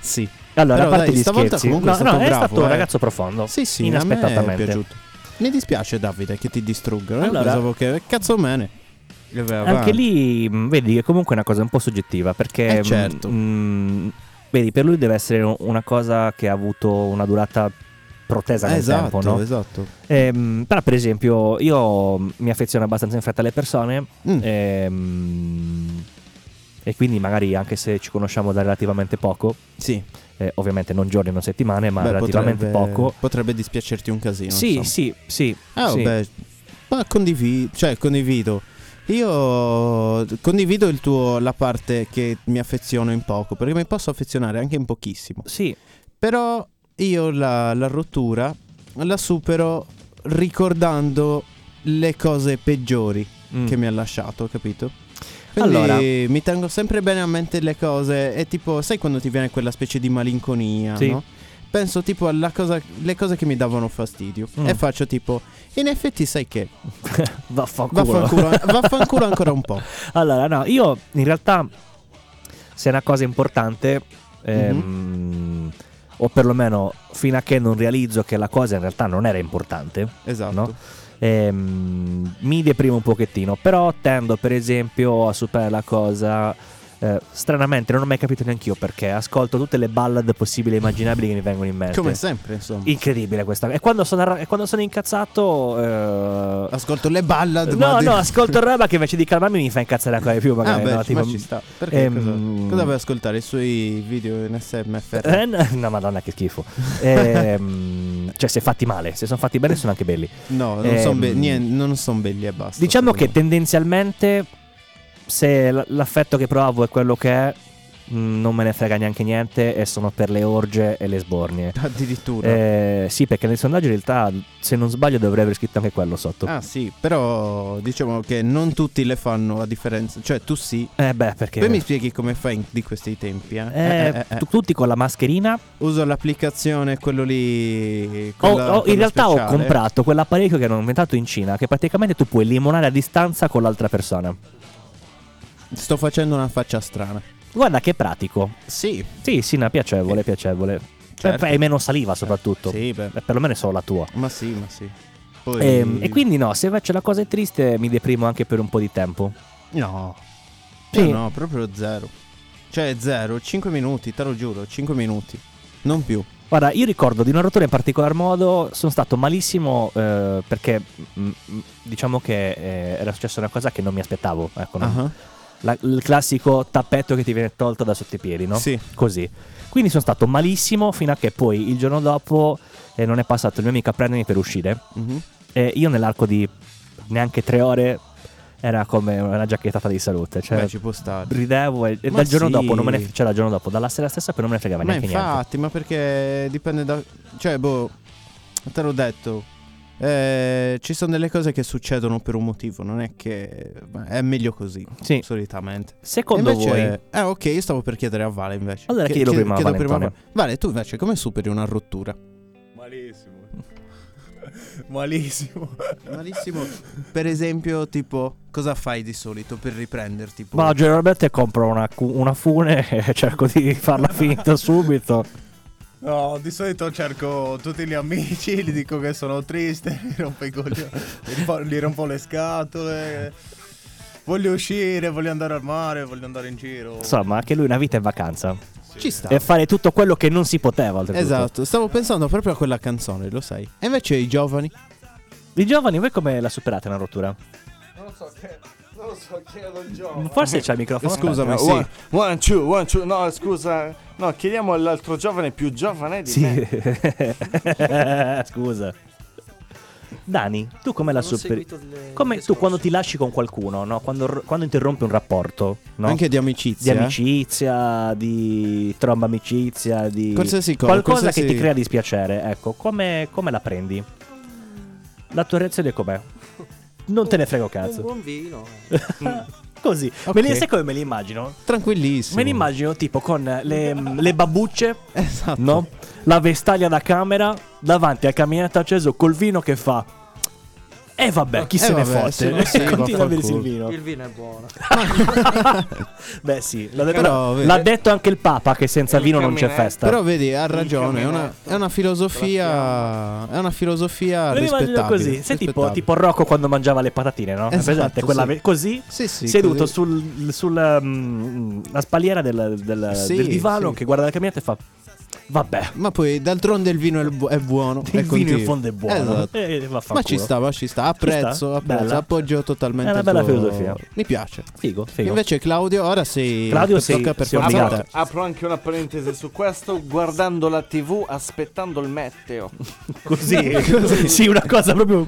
Sì. Allora, Però a parte dai, gli stavolta scherzi, comunque no, è stato no, bravo, è stato un eh. ragazzo profondo. Sì, sì, a me è inaspettatamente. piaciuto. Mi dispiace Davide che ti distruggano. Io Allora- pensavo che cazzo mene. Che vai Anche avanti. lì, mh, vedi, che comunque è una cosa un po' soggettiva, perché... Eh, certo. mh, vedi, per lui deve essere un- una cosa che ha avuto una durata protesa nel Esatto, tempo, no? esatto. Ehm, però, per esempio, io mh, mi affeziono abbastanza in fretta alle persone. Mm. ehm, e quindi, magari, anche se ci conosciamo da relativamente poco, Sì, eh, ovviamente non giorni, non settimane, ma beh, relativamente potrebbe, poco. potrebbe dispiacerti un casino. Sì, insomma. sì, sì. Ah, sì. vabbè. Ma condivido, cioè condivido. Io condivido il tuo, la parte che mi affeziono in poco, perché mi posso affezionare anche in pochissimo. Sì, Però io la, la rottura la supero ricordando le cose peggiori Mm. che mi ha lasciato, capito? Quindi Allora. mi tengo sempre bene a mente le cose. È tipo, sai quando ti viene quella specie di malinconia, Sì. no? Penso tipo alle cose che mi davano fastidio. Mm. E faccio tipo, in effetti sai che vaffanculo. vaffanculo, vaffanculo ancora un po'. Allora, no, io in realtà, se è una cosa importante, ehm, Mm-hmm. o perlomeno fino a che non realizzo che la cosa in realtà non era importante, Esatto. No? ehm, mi deprimo un pochettino. Però tendo, per esempio, a superare la cosa. eh, stranamente, non ho mai capito neanche io perché ascolto tutte le ballad possibili e immaginabili che mi vengono in mente. Come sempre, insomma. Incredibile questa cosa. E quando sono, arra- e quando sono incazzato. eh, Ascolto le ballad. ma No, di- no, ascolto roba che invece di calmarmi mi fa incazzare ancora di più. Magari, ah, beh, no? ma ci sta. Perché ehm, cosa, cosa vuoi ascoltare? I suoi video in SMFR? Eh, no, no, madonna, che schifo. Ehm, cioè, se fatti male, se sono fatti bene, sono anche belli. No, non, ehm, son be- niente, non son belli e basta. Diciamo che secondo tendenzialmente, se l- l'affetto che provavo è quello che è, mm, non me ne frega neanche niente e sono per le orge e le sbornie. Addirittura. Eh, sì, perché nel sondaggio in realtà, se non sbaglio, dovrei aver scritto anche quello sotto. Ah sì, però diciamo che non tutti le fanno a differenza, cioè tu sì. Eh beh, perché... Poi mi spieghi come fai in- di questi tempi, eh? Eh, Eh, eh, eh. tu- tutti con la mascherina. Uso l'applicazione, quello lì... Ho- quella- ho- in quello realtà ho speciale. comprato quell'apparecchio che hanno inventato in Cina, che praticamente tu puoi limonare a distanza con l'altra persona. Sto facendo una faccia strana. Guarda che pratico. Sì, Sì, sì, no, piacevole, piacevole. Cioè, Certo. hai meno saliva soprattutto. Sì, beh, Eh, Perlomeno è solo la tua. ma sì, ma sì. Poi... Ehm, E, quindi no, se faccio la cosa è triste mi deprimo anche per un po' di tempo. No. Sì. No, no, proprio zero. Cioè zero, 5 minuti, te lo giuro, 5 minuti. Non più. Guarda, io ricordo di una rottura in particolar modo, sono stato malissimo eh, perché mm, mm, diciamo che eh, era successa una cosa che non mi aspettavo. Ecco, non- Ah, la- il classico tappetto che ti viene tolto da sotto i piedi, no? Sì. Così. Quindi sono stato malissimo fino a che poi il giorno dopo eh, non è passato il mio amico a prendermi per uscire. Mhm. E io nell'arco di neanche tre ore era come una giacchettata di salute. Cioè, Beh, ci può stare. ridevo e, e Ma dal giorno sì. dopo non me ne cioè dal giorno dopo, dalla sera stessa però non me ne fregava Ma neanche niente. infatti, ma perché dipende da... Cioè, boh, te l'ho detto. Eh, ci sono delle cose che succedono per un motivo, non è che... ma È meglio così, Sì. solitamente. Secondo invece... voi Ah, ok, io stavo per chiedere a Vale invece. Allora Che- chiedilo chied- prima a chiedo Vale, prima a Antonio. Vale. Vale, tu invece come superi una rottura? Malissimo. Malissimo. Malissimo. Per esempio, tipo, cosa fai di solito per riprenderti? poi? ma generalmente compro una, cu- una fune e cerco di farla finita subito. No, di solito cerco tutti gli amici, gli dico che sono triste, gli rompo i coglioni, gli fa- gli rompo le scatole. Voglio uscire, voglio andare al mare, voglio andare in giro. Insomma, anche lui una vita in vacanza Ci sta. e fare tutto quello che non si poteva oltretutto. Esatto, stavo pensando proprio a quella canzone, lo sai. E invece i giovani? I giovani, voi come la superate una rottura? Non lo so che. Non lo so che è il gioco. Forse c'è il microfono. Scusami, No, sì. Eh, one, one, two, one, two. No, scusa. No, chiediamo all'altro giovane più giovane di me. Sì. Scusa. Dani, tu come la Non ho superi? seguito le- Come il tu quando discorso. ti lasci con qualcuno, no? quando, r- quando interrompi un rapporto, no? Anche di amicizia. di amicizia, di tromba amicizia, di Qualsiasi cosa, qualcosa qualsiasi- che ti crea dispiacere, ecco, come, come la prendi? La tua reazione com'è? Non te ne frego Un cazzo. buon vino. eh. Così, Ok. me li, sai come me li immagino? Tranquillissimo. Me li immagino tipo con le, le babbucce, Esatto. no? La vestaglia da camera davanti al caminetto acceso col vino che fa. E vabbè, chi Eh, se vabbè, ne fotte? sì, sì, Continua a bere il vaffanculo. vino. Il vino è buono. Beh, sì, l'ha detto, Però, vedi- l'ha detto anche il Papa che senza vino non c'è camminetto. festa. Però vedi, ha ragione, è una, è una filosofia. È una filosofia Me lo immagino rispettabile. così. Sei tipo, rispettabile. tipo Rocco quando mangiava le patatine, no? È Esatto, presente? Quella sì. ve- così, Sì, sì, seduto così. sul, sulla mm, la spalliera del, del- Sì, del divano sì. che guarda la camionetta e fa... Vabbè, Ma poi d'altronde il vino è, bu- è buono. il vino in continuo. fondo è buono. Esatto. Eh, Ma vaffanculo. ci sta, ma ci sta. Apprezzo, sta? apprezzo, Bella. Appoggio totalmente. È una il bella tuo- filosofia. Mi piace. Figo, figo. Invece Claudio, ora sei... Claudio, to- sei- tocca per sei forza a te. obbligato. Apro, apro anche una parentesi su questo. Guardando la TV, aspettando il meteo. Così, sì, una cosa proprio...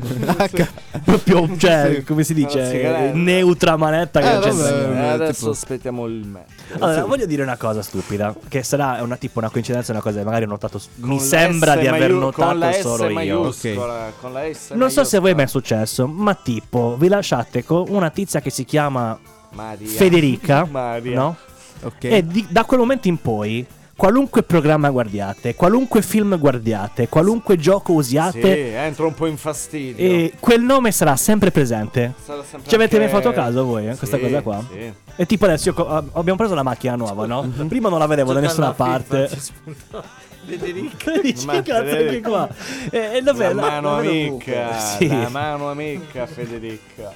proprio, cioè, come si Alla dice? sigaretta. Neutra manetta che Eh, non c'è vabbè. nessuno. Eh, eh, adesso tipo- aspettiamo il meteo. Allora, voglio dire una cosa stupida, che sarà una, tipo una coincidenza, una cosa che magari ho notato. s- Con mi la sembra S di aver maiu- con notato la S solo io. maiuscola, Con la S Non so se a vuoi voi è mai è successo, ma tipo, vi lasciate con una tizia che si chiama Maria. Federica, Maria. no? Ok. E di- da quel momento in poi, qualunque programma guardiate, qualunque film guardiate, qualunque gioco Sì, usiate, entro un po' in fastidio. eh, quel nome sarà sempre presente. Sarà sempre Ci avete mai anche- fatto caso voi, eh, questa Sì, cosa qua? sì. E tipo adesso io co- ab- abbiamo preso la macchina nuova, no? Prima non la vedevo da Giocando nessuna a FIFA, parte. ci spuntava. Federica. Dici Ma che cazzo Federico. anche qua. Eh, E, e dov'è? La La- mano la- amica, Sì. la mano amica Federica.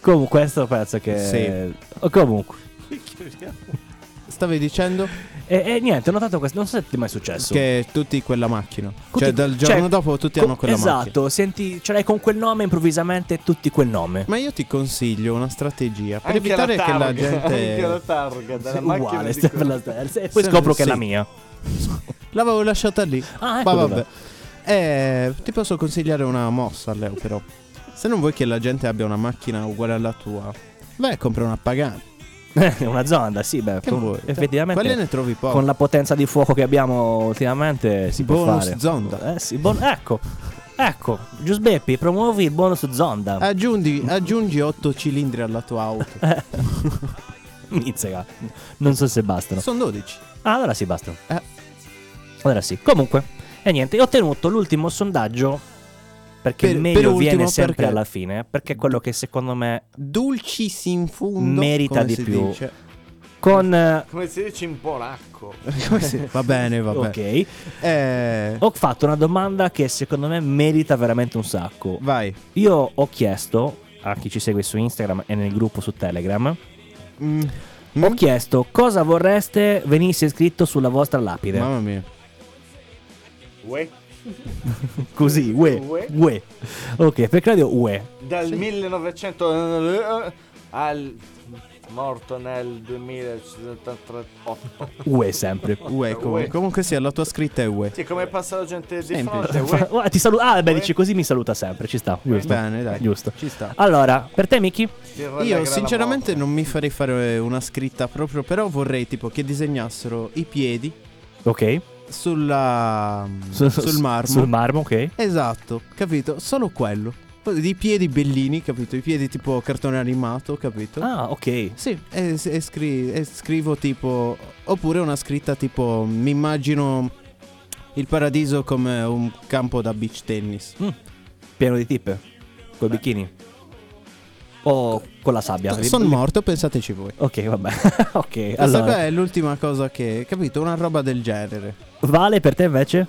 Comunque, questo penso che. Sì. o Comunque. Stavi dicendo E, e niente, ho notato questo. Non so se ti è mai successo. che tutti quella macchina. Tutti- cioè, dal giorno cioè, dopo tutti co- hanno quella macchina. Esatto, senti, ce l'hai con quel nome improvvisamente tutti quel nome. Ma io ti consiglio una strategia per Anche evitare che la targa, Anche la gente. targa della Sì, macchina uguale, di sta per quello. la terza. E poi Sì, scopro che è sì. la mia. L'avevo lasciata lì. Ah, Ma ecco vabbè. dov'è. Eh, ti posso consigliare una mossa, Leo, però. Se non vuoi che la gente abbia una macchina uguale alla tua, vai a comprare una Pagani. una zonda, sì, beh, Che con- vuoi? Cioè, effettivamente Quelle ne trovi poco. con la potenza di fuoco che abbiamo ultimamente si può Bonus fare. zonda. Eh, sì, bon- ecco. Ecco, Giusbeppi, promuovi il bonus Eh, zonda. Aggiungi, aggiungi 8 cilindri alla tua auto. Eh. Mizzica. Non so se bastano. Sono 12. Ah, allora sì, bastano. Eh. Allora sì. Comunque, e niente, ho ottenuto l'ultimo sondaggio perché Per- il meglio per ultimo, viene sempre perché? alla fine, eh, perché è quello che secondo me Dulcis in fundo. Merita come di si più. dice. con eh, Come si dice in polacco? Come si- Va bene, va bene. Ok, Eh, ho fatto una domanda che secondo me merita veramente un sacco. Vai. Io ho chiesto a chi ci segue su Instagram e nel gruppo su Telegram, Mm, ho chiesto cosa vorreste venisse scritto sulla vostra lapide. Mamma mia. Uè. Così, ue, Ue. ue. Ok, per Claudio ue. Dal 1900 al morto nel 2078. Ue sempre. Ue, com- Ue. comunque sia, la tua scritta è Ue. Sì, come passa la gente di Semplice. fronte? uè. Ah, ti saluta. Ah, beh, Ue. dici così mi saluta sempre. Ci sta, giusto. Bene, dai. Giusto. Ci sta. Allora, per te, Miki? Ti rallegra Io la sinceramente morte. non mi farei fare una scritta proprio, però vorrei tipo che disegnassero i piedi Ok. sulla, Su- sul su- marmo. Sul marmo, ok. Esatto, capito? Solo quello. Poi dei piedi bellini, capito? I piedi tipo cartone animato, capito? Ah, ok. Sì, e, e scri- e scrivo tipo... Oppure una scritta tipo... Mi immagino il paradiso come un campo da beach tennis. Pieno di tippe. Col bikini. O con la sabbia. Sono morto, pensateci voi. Ok, vabbè. ok, Questa allora. qua è l'ultima cosa che... Capito? Una roba del genere. Vale per te invece?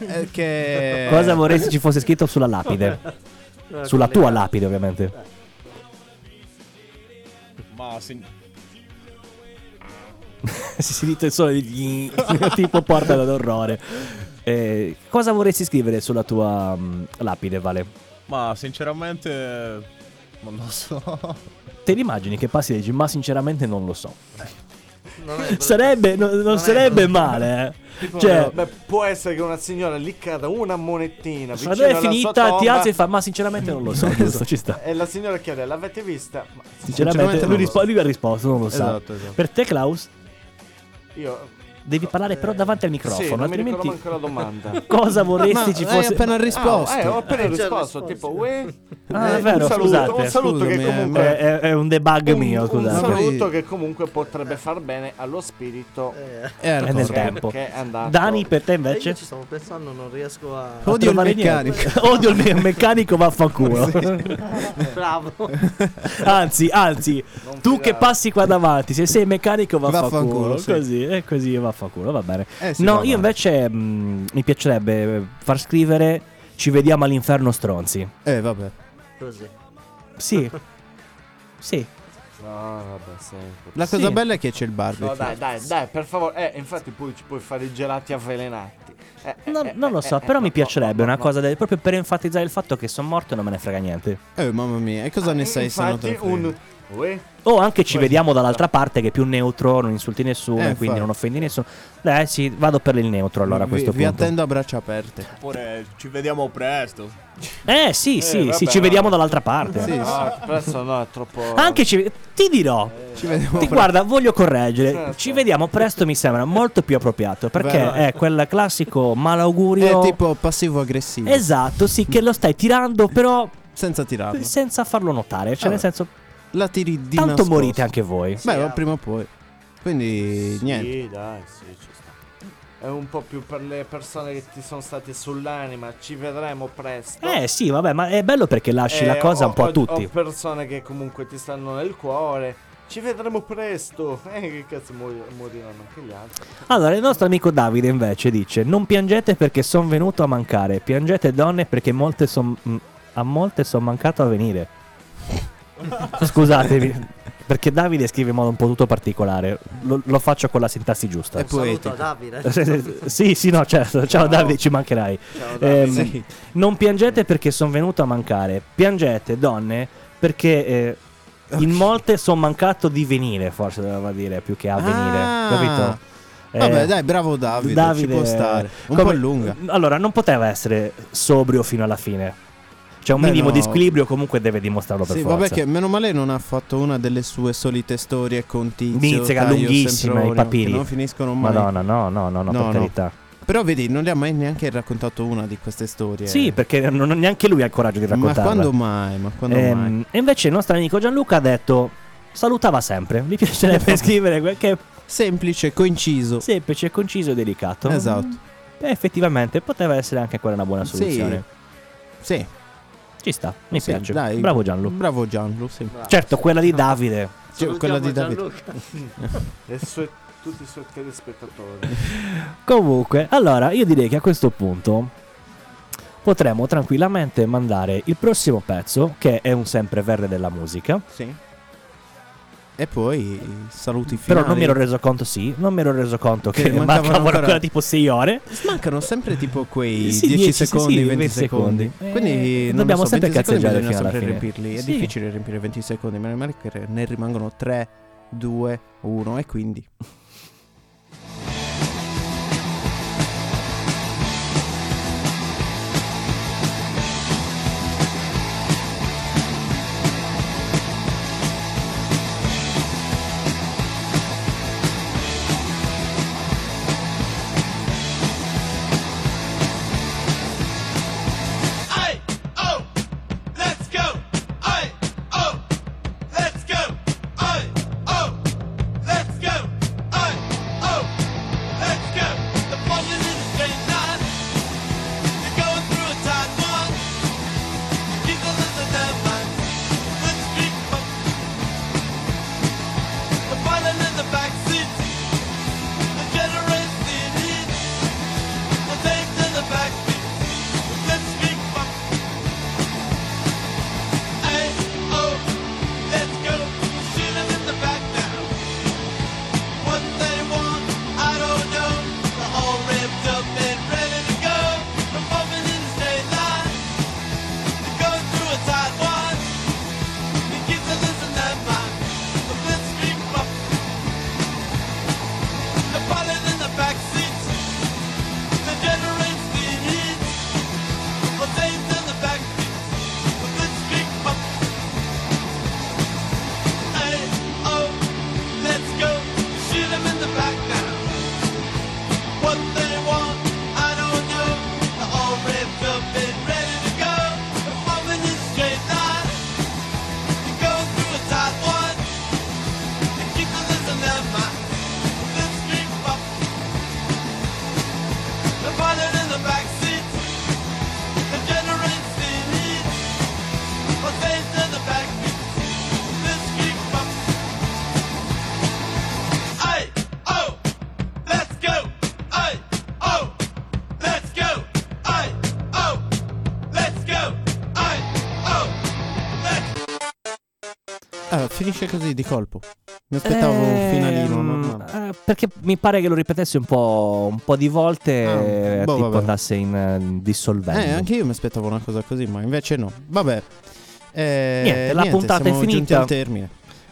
Eh, che... Cosa vorresti ci fosse scritto sulla lapide? Sulla tua lapide, ovviamente. Ma sin- si sente solo di tipo porta d'orrore. Eh, cosa vorresti scrivere sulla tua mm, lapide, Vale? ma sinceramente... Ma non so. Te li immagini che passi e dici, ma sinceramente non lo so. Non è- Sarebbe, no- non, è sarebbe brutto. male, eh. Cioè, Beh, può essere che una signora lì cada una monettina vicino quando è alla sua finita ti tomba alzi e fa, ma sinceramente non lo so, giusto, ci sta. e la signora chiede, l'avete vista? Ma Sinceramente, lui, non lo rispo- lui ha risposto, non lo sa. Esatto, esatto. Per te, Klaus, io... devi parlare però davanti al microfono, sì, non mi ricordo altrimenti manco la domanda. cosa Ma vorresti ci hai fosse... oh. appena risposto. Ah, eh, ho appena Eh, già risposto, risposto. tipo, uè... Ah, è Eh, vero, un saluto, scusate. un saluto che Scusami, È, eh, comunque... è- è un debug un- mio, un scusate. saluto che comunque potrebbe far bene allo spirito Eh, Eh, È nel cosa- che- tempo. che è andato. Dani, per te eh, io invece? ci stavo pensando, non riesco a. A Odio il trovare niente. meccanico. Odio il me- meccanico, vaffanculo. Bravo. Eh, Anzi, anzi, tu che passi qua davanti, se sei meccanico vaffanculo, Vaffanculo, sì. così, e così vaffanculo, va bene. Eh sì, no, va io bene. invece mh, mi piacerebbe far scrivere ci vediamo all'inferno stronzi. Eh, vabbè. Così. Sì. sì. No, Ah, vabbè, sempre. La cosa Sì. bella è che c'è il barbecue. No, dai, dai, dai, per favore. Eh, infatti poi ci puoi fare i gelati avvelenati. Eh, eh, No, eh, non lo eh, so, eh, però no, mi no, piacerebbe no, una no. cosa del, proprio per enfatizzare il fatto che sono morto e non me ne frega niente. Eh, mamma mia, e cosa ne sai se non te Ah, Infatti ne frega? un... Uè, O anche ci vediamo dall'altra parte che è più neutro, non insulti nessuno, e Eh, quindi infatti. non offendi nessuno. Dai, sì, vado per il neutro allora a vi, questo vi punto. attendo a braccia aperte. Oppure Eh, ci vediamo presto. Eh sì, sì, sì, vabbè, ci no. vediamo dall'altra parte. Sì, sì. no, presto no, è troppo... Anche ci ti dirò. Ci vediamo. Ti presto. guarda, voglio correggere. Certo. Ci vediamo presto, mi sembra molto più appropriato. Perché Vero. è quel classico malaugurio. È tipo passivo aggressivo. Esatto, sì, che lo stai tirando, però Senza tirarlo. senza farlo notare. Cioè, Ah, nel senso, La tiri di tanto nascosto. morite anche voi. Beh, va prima o poi. Quindi niente. Sì, dai, sì, ci sta. È un po' più per le persone che ti sono state sull'anima. Ci vedremo presto. Eh sì, vabbè, ma è bello perché lasci la Eh, cosa ho- un po' a ho- tutti. Ho persone che comunque ti stanno nel cuore. Ci vedremo presto. Eh, che cazzo, muoio- moriranno anche gli altri. Allora, il nostro amico Davide invece dice: Non piangete perché sono venuto a mancare, piangete donne perché molte son- mh, a molte sono mancato a venire. Scusatemi, perché Davide scrive in modo un po' tutto particolare. Lo, lo faccio con la sintassi giusta. È poetico. Saluto a Eh, Davide. sì, sì, no, certo. Ciao Davide, ci mancherai. Ehm, Sì. Non piangete perché sono venuto a mancare, piangete donne perché. eh, in molte sono mancato di venire, forse doveva dire, più che a venire, Ah. capito? Eh, Mm, Vabbè, dai, bravo Davide, ci può stare. Un po' lunga. Oh, Allora, non poteva essere sobrio fino alla fine. C'è un Beh, minimo no. di squilibrio, comunque deve dimostrarlo per Sì, forza. vabbè che meno male non ha fatto una delle sue solite storie con Tizio, Mizzica, Caio, lunghissime, Semproni, i papiri. Che non finiscono mai. Madonna, no, no, no, no, No, per no. carità. Però vedi, non le ha mai neanche raccontato una di queste storie. Sì, perché non- non- neanche lui ha il coraggio di Ma raccontarla. quando mai? Ma quando Ehm, mai? E invece il nostro amico Gianluca ha detto: Salutava sempre. Mi piacerebbe scrivere quel che è Semplice, coinciso. semplice, conciso e delicato. Esatto. Beh, effettivamente poteva essere anche quella una buona Sì, soluzione. Sì, Ci sta, mi sì, piace. dai. Bravo Gianluca. Bravo Gianlu, sì. Certo, quella di Davide. Cioè, quella di Davide. E sue- tutti i suoi telespettatori. Comunque, allora io direi che a questo punto potremmo tranquillamente mandare il prossimo pezzo, che è un sempreverde della musica. Sì. E poi i saluti finali. Però non mi ero reso conto, sì, non mi ero reso conto che, Che mancavano mancavano ancora, ancora tipo 6 ore. Mancano sempre tipo quei Sì, 10, 10, secondi, sì, 20, 20 secondi. secondi. Quindi Eh, non lo dobbiamo so, sempre 20 secondi cazzeggiare bisogna fino alla sempre fine. riempirli. È Sì. difficile riempire 20 secondi, ma rimane che ne rimangono 3, 2, 1 e quindi Hey, oh, let's go. Hey, oh, let's go. Hey, oh, let's go. Hey, oh, let's go. The formula is straight line. You're going through a tight one. You keep the list of their minds. The street punk. The pilot in the back seat. The generous in heat. The tanks in the back seat. Let's be fuck. Hey, oh, let's go. Shoot 'em in the back now. What they want, I don't know. They're all ripped up and ready to go. From bumping in the straight line. To go through a tight one. The kids are listening that mind. The let's be fuck. The pilot in the back seat. The generates the heat. Well, Dave's in the back. Well, let's pick up. Hey, oh, let's go. Shoot 'em in the back now. What they want, I don't know. They're all ripped up and ready to go. They're forming a straight line. They go through a tight one. They keep the list in their mind. Well, let's pick up. The pilot in the back seat. The generates the need for faith in the back. Let's keep up. Hey, oh, let's go. Hey, oh, let's go. Hey, oh, let's go. Hey, oh, let's. Ah, finisce così di colpo. Mi aspettavo un finalino Ehm, normale. eh, perché mi pare che lo ripetesse un po', un po' di volte Ah, e boh, tipo vabbè. andasse in eh, dissolvente. Eh, anche io mi aspettavo una cosa così, ma invece no. Vabbè. Eh, Niente, la puntata è siamo giunti finita. al termine.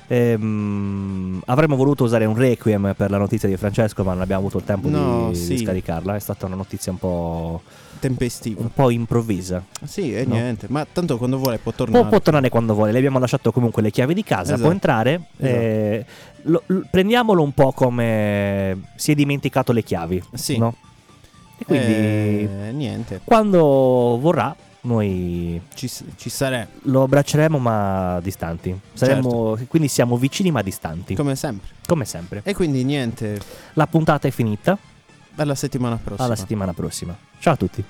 Ehm, avremmo voluto usare un requiem per la notizia di Francesco, ma non abbiamo avuto il tempo No, di, sì. di scaricarla. È stata una notizia un po', Tempestivo. un po improvvisa. Sì, e Mm. No. niente, ma tanto quando vuole può tornare. Può, può tornare quando vuole. Le abbiamo lasciato comunque le chiavi di casa. Può Esatto. entrare. eh, lo- l- prendiamolo un po' come si è dimenticato le chiavi. Sì. no? E quindi Eh, niente, quando vorrà, noi ci, s- ci saremo, lo abbracceremo ma distanti. Saremo, Quindi siamo vicini ma distanti, come sempre. come sempre. E quindi niente, La puntata è finita. alla settimana prossima. Alla settimana prossima. Ciao a tutti.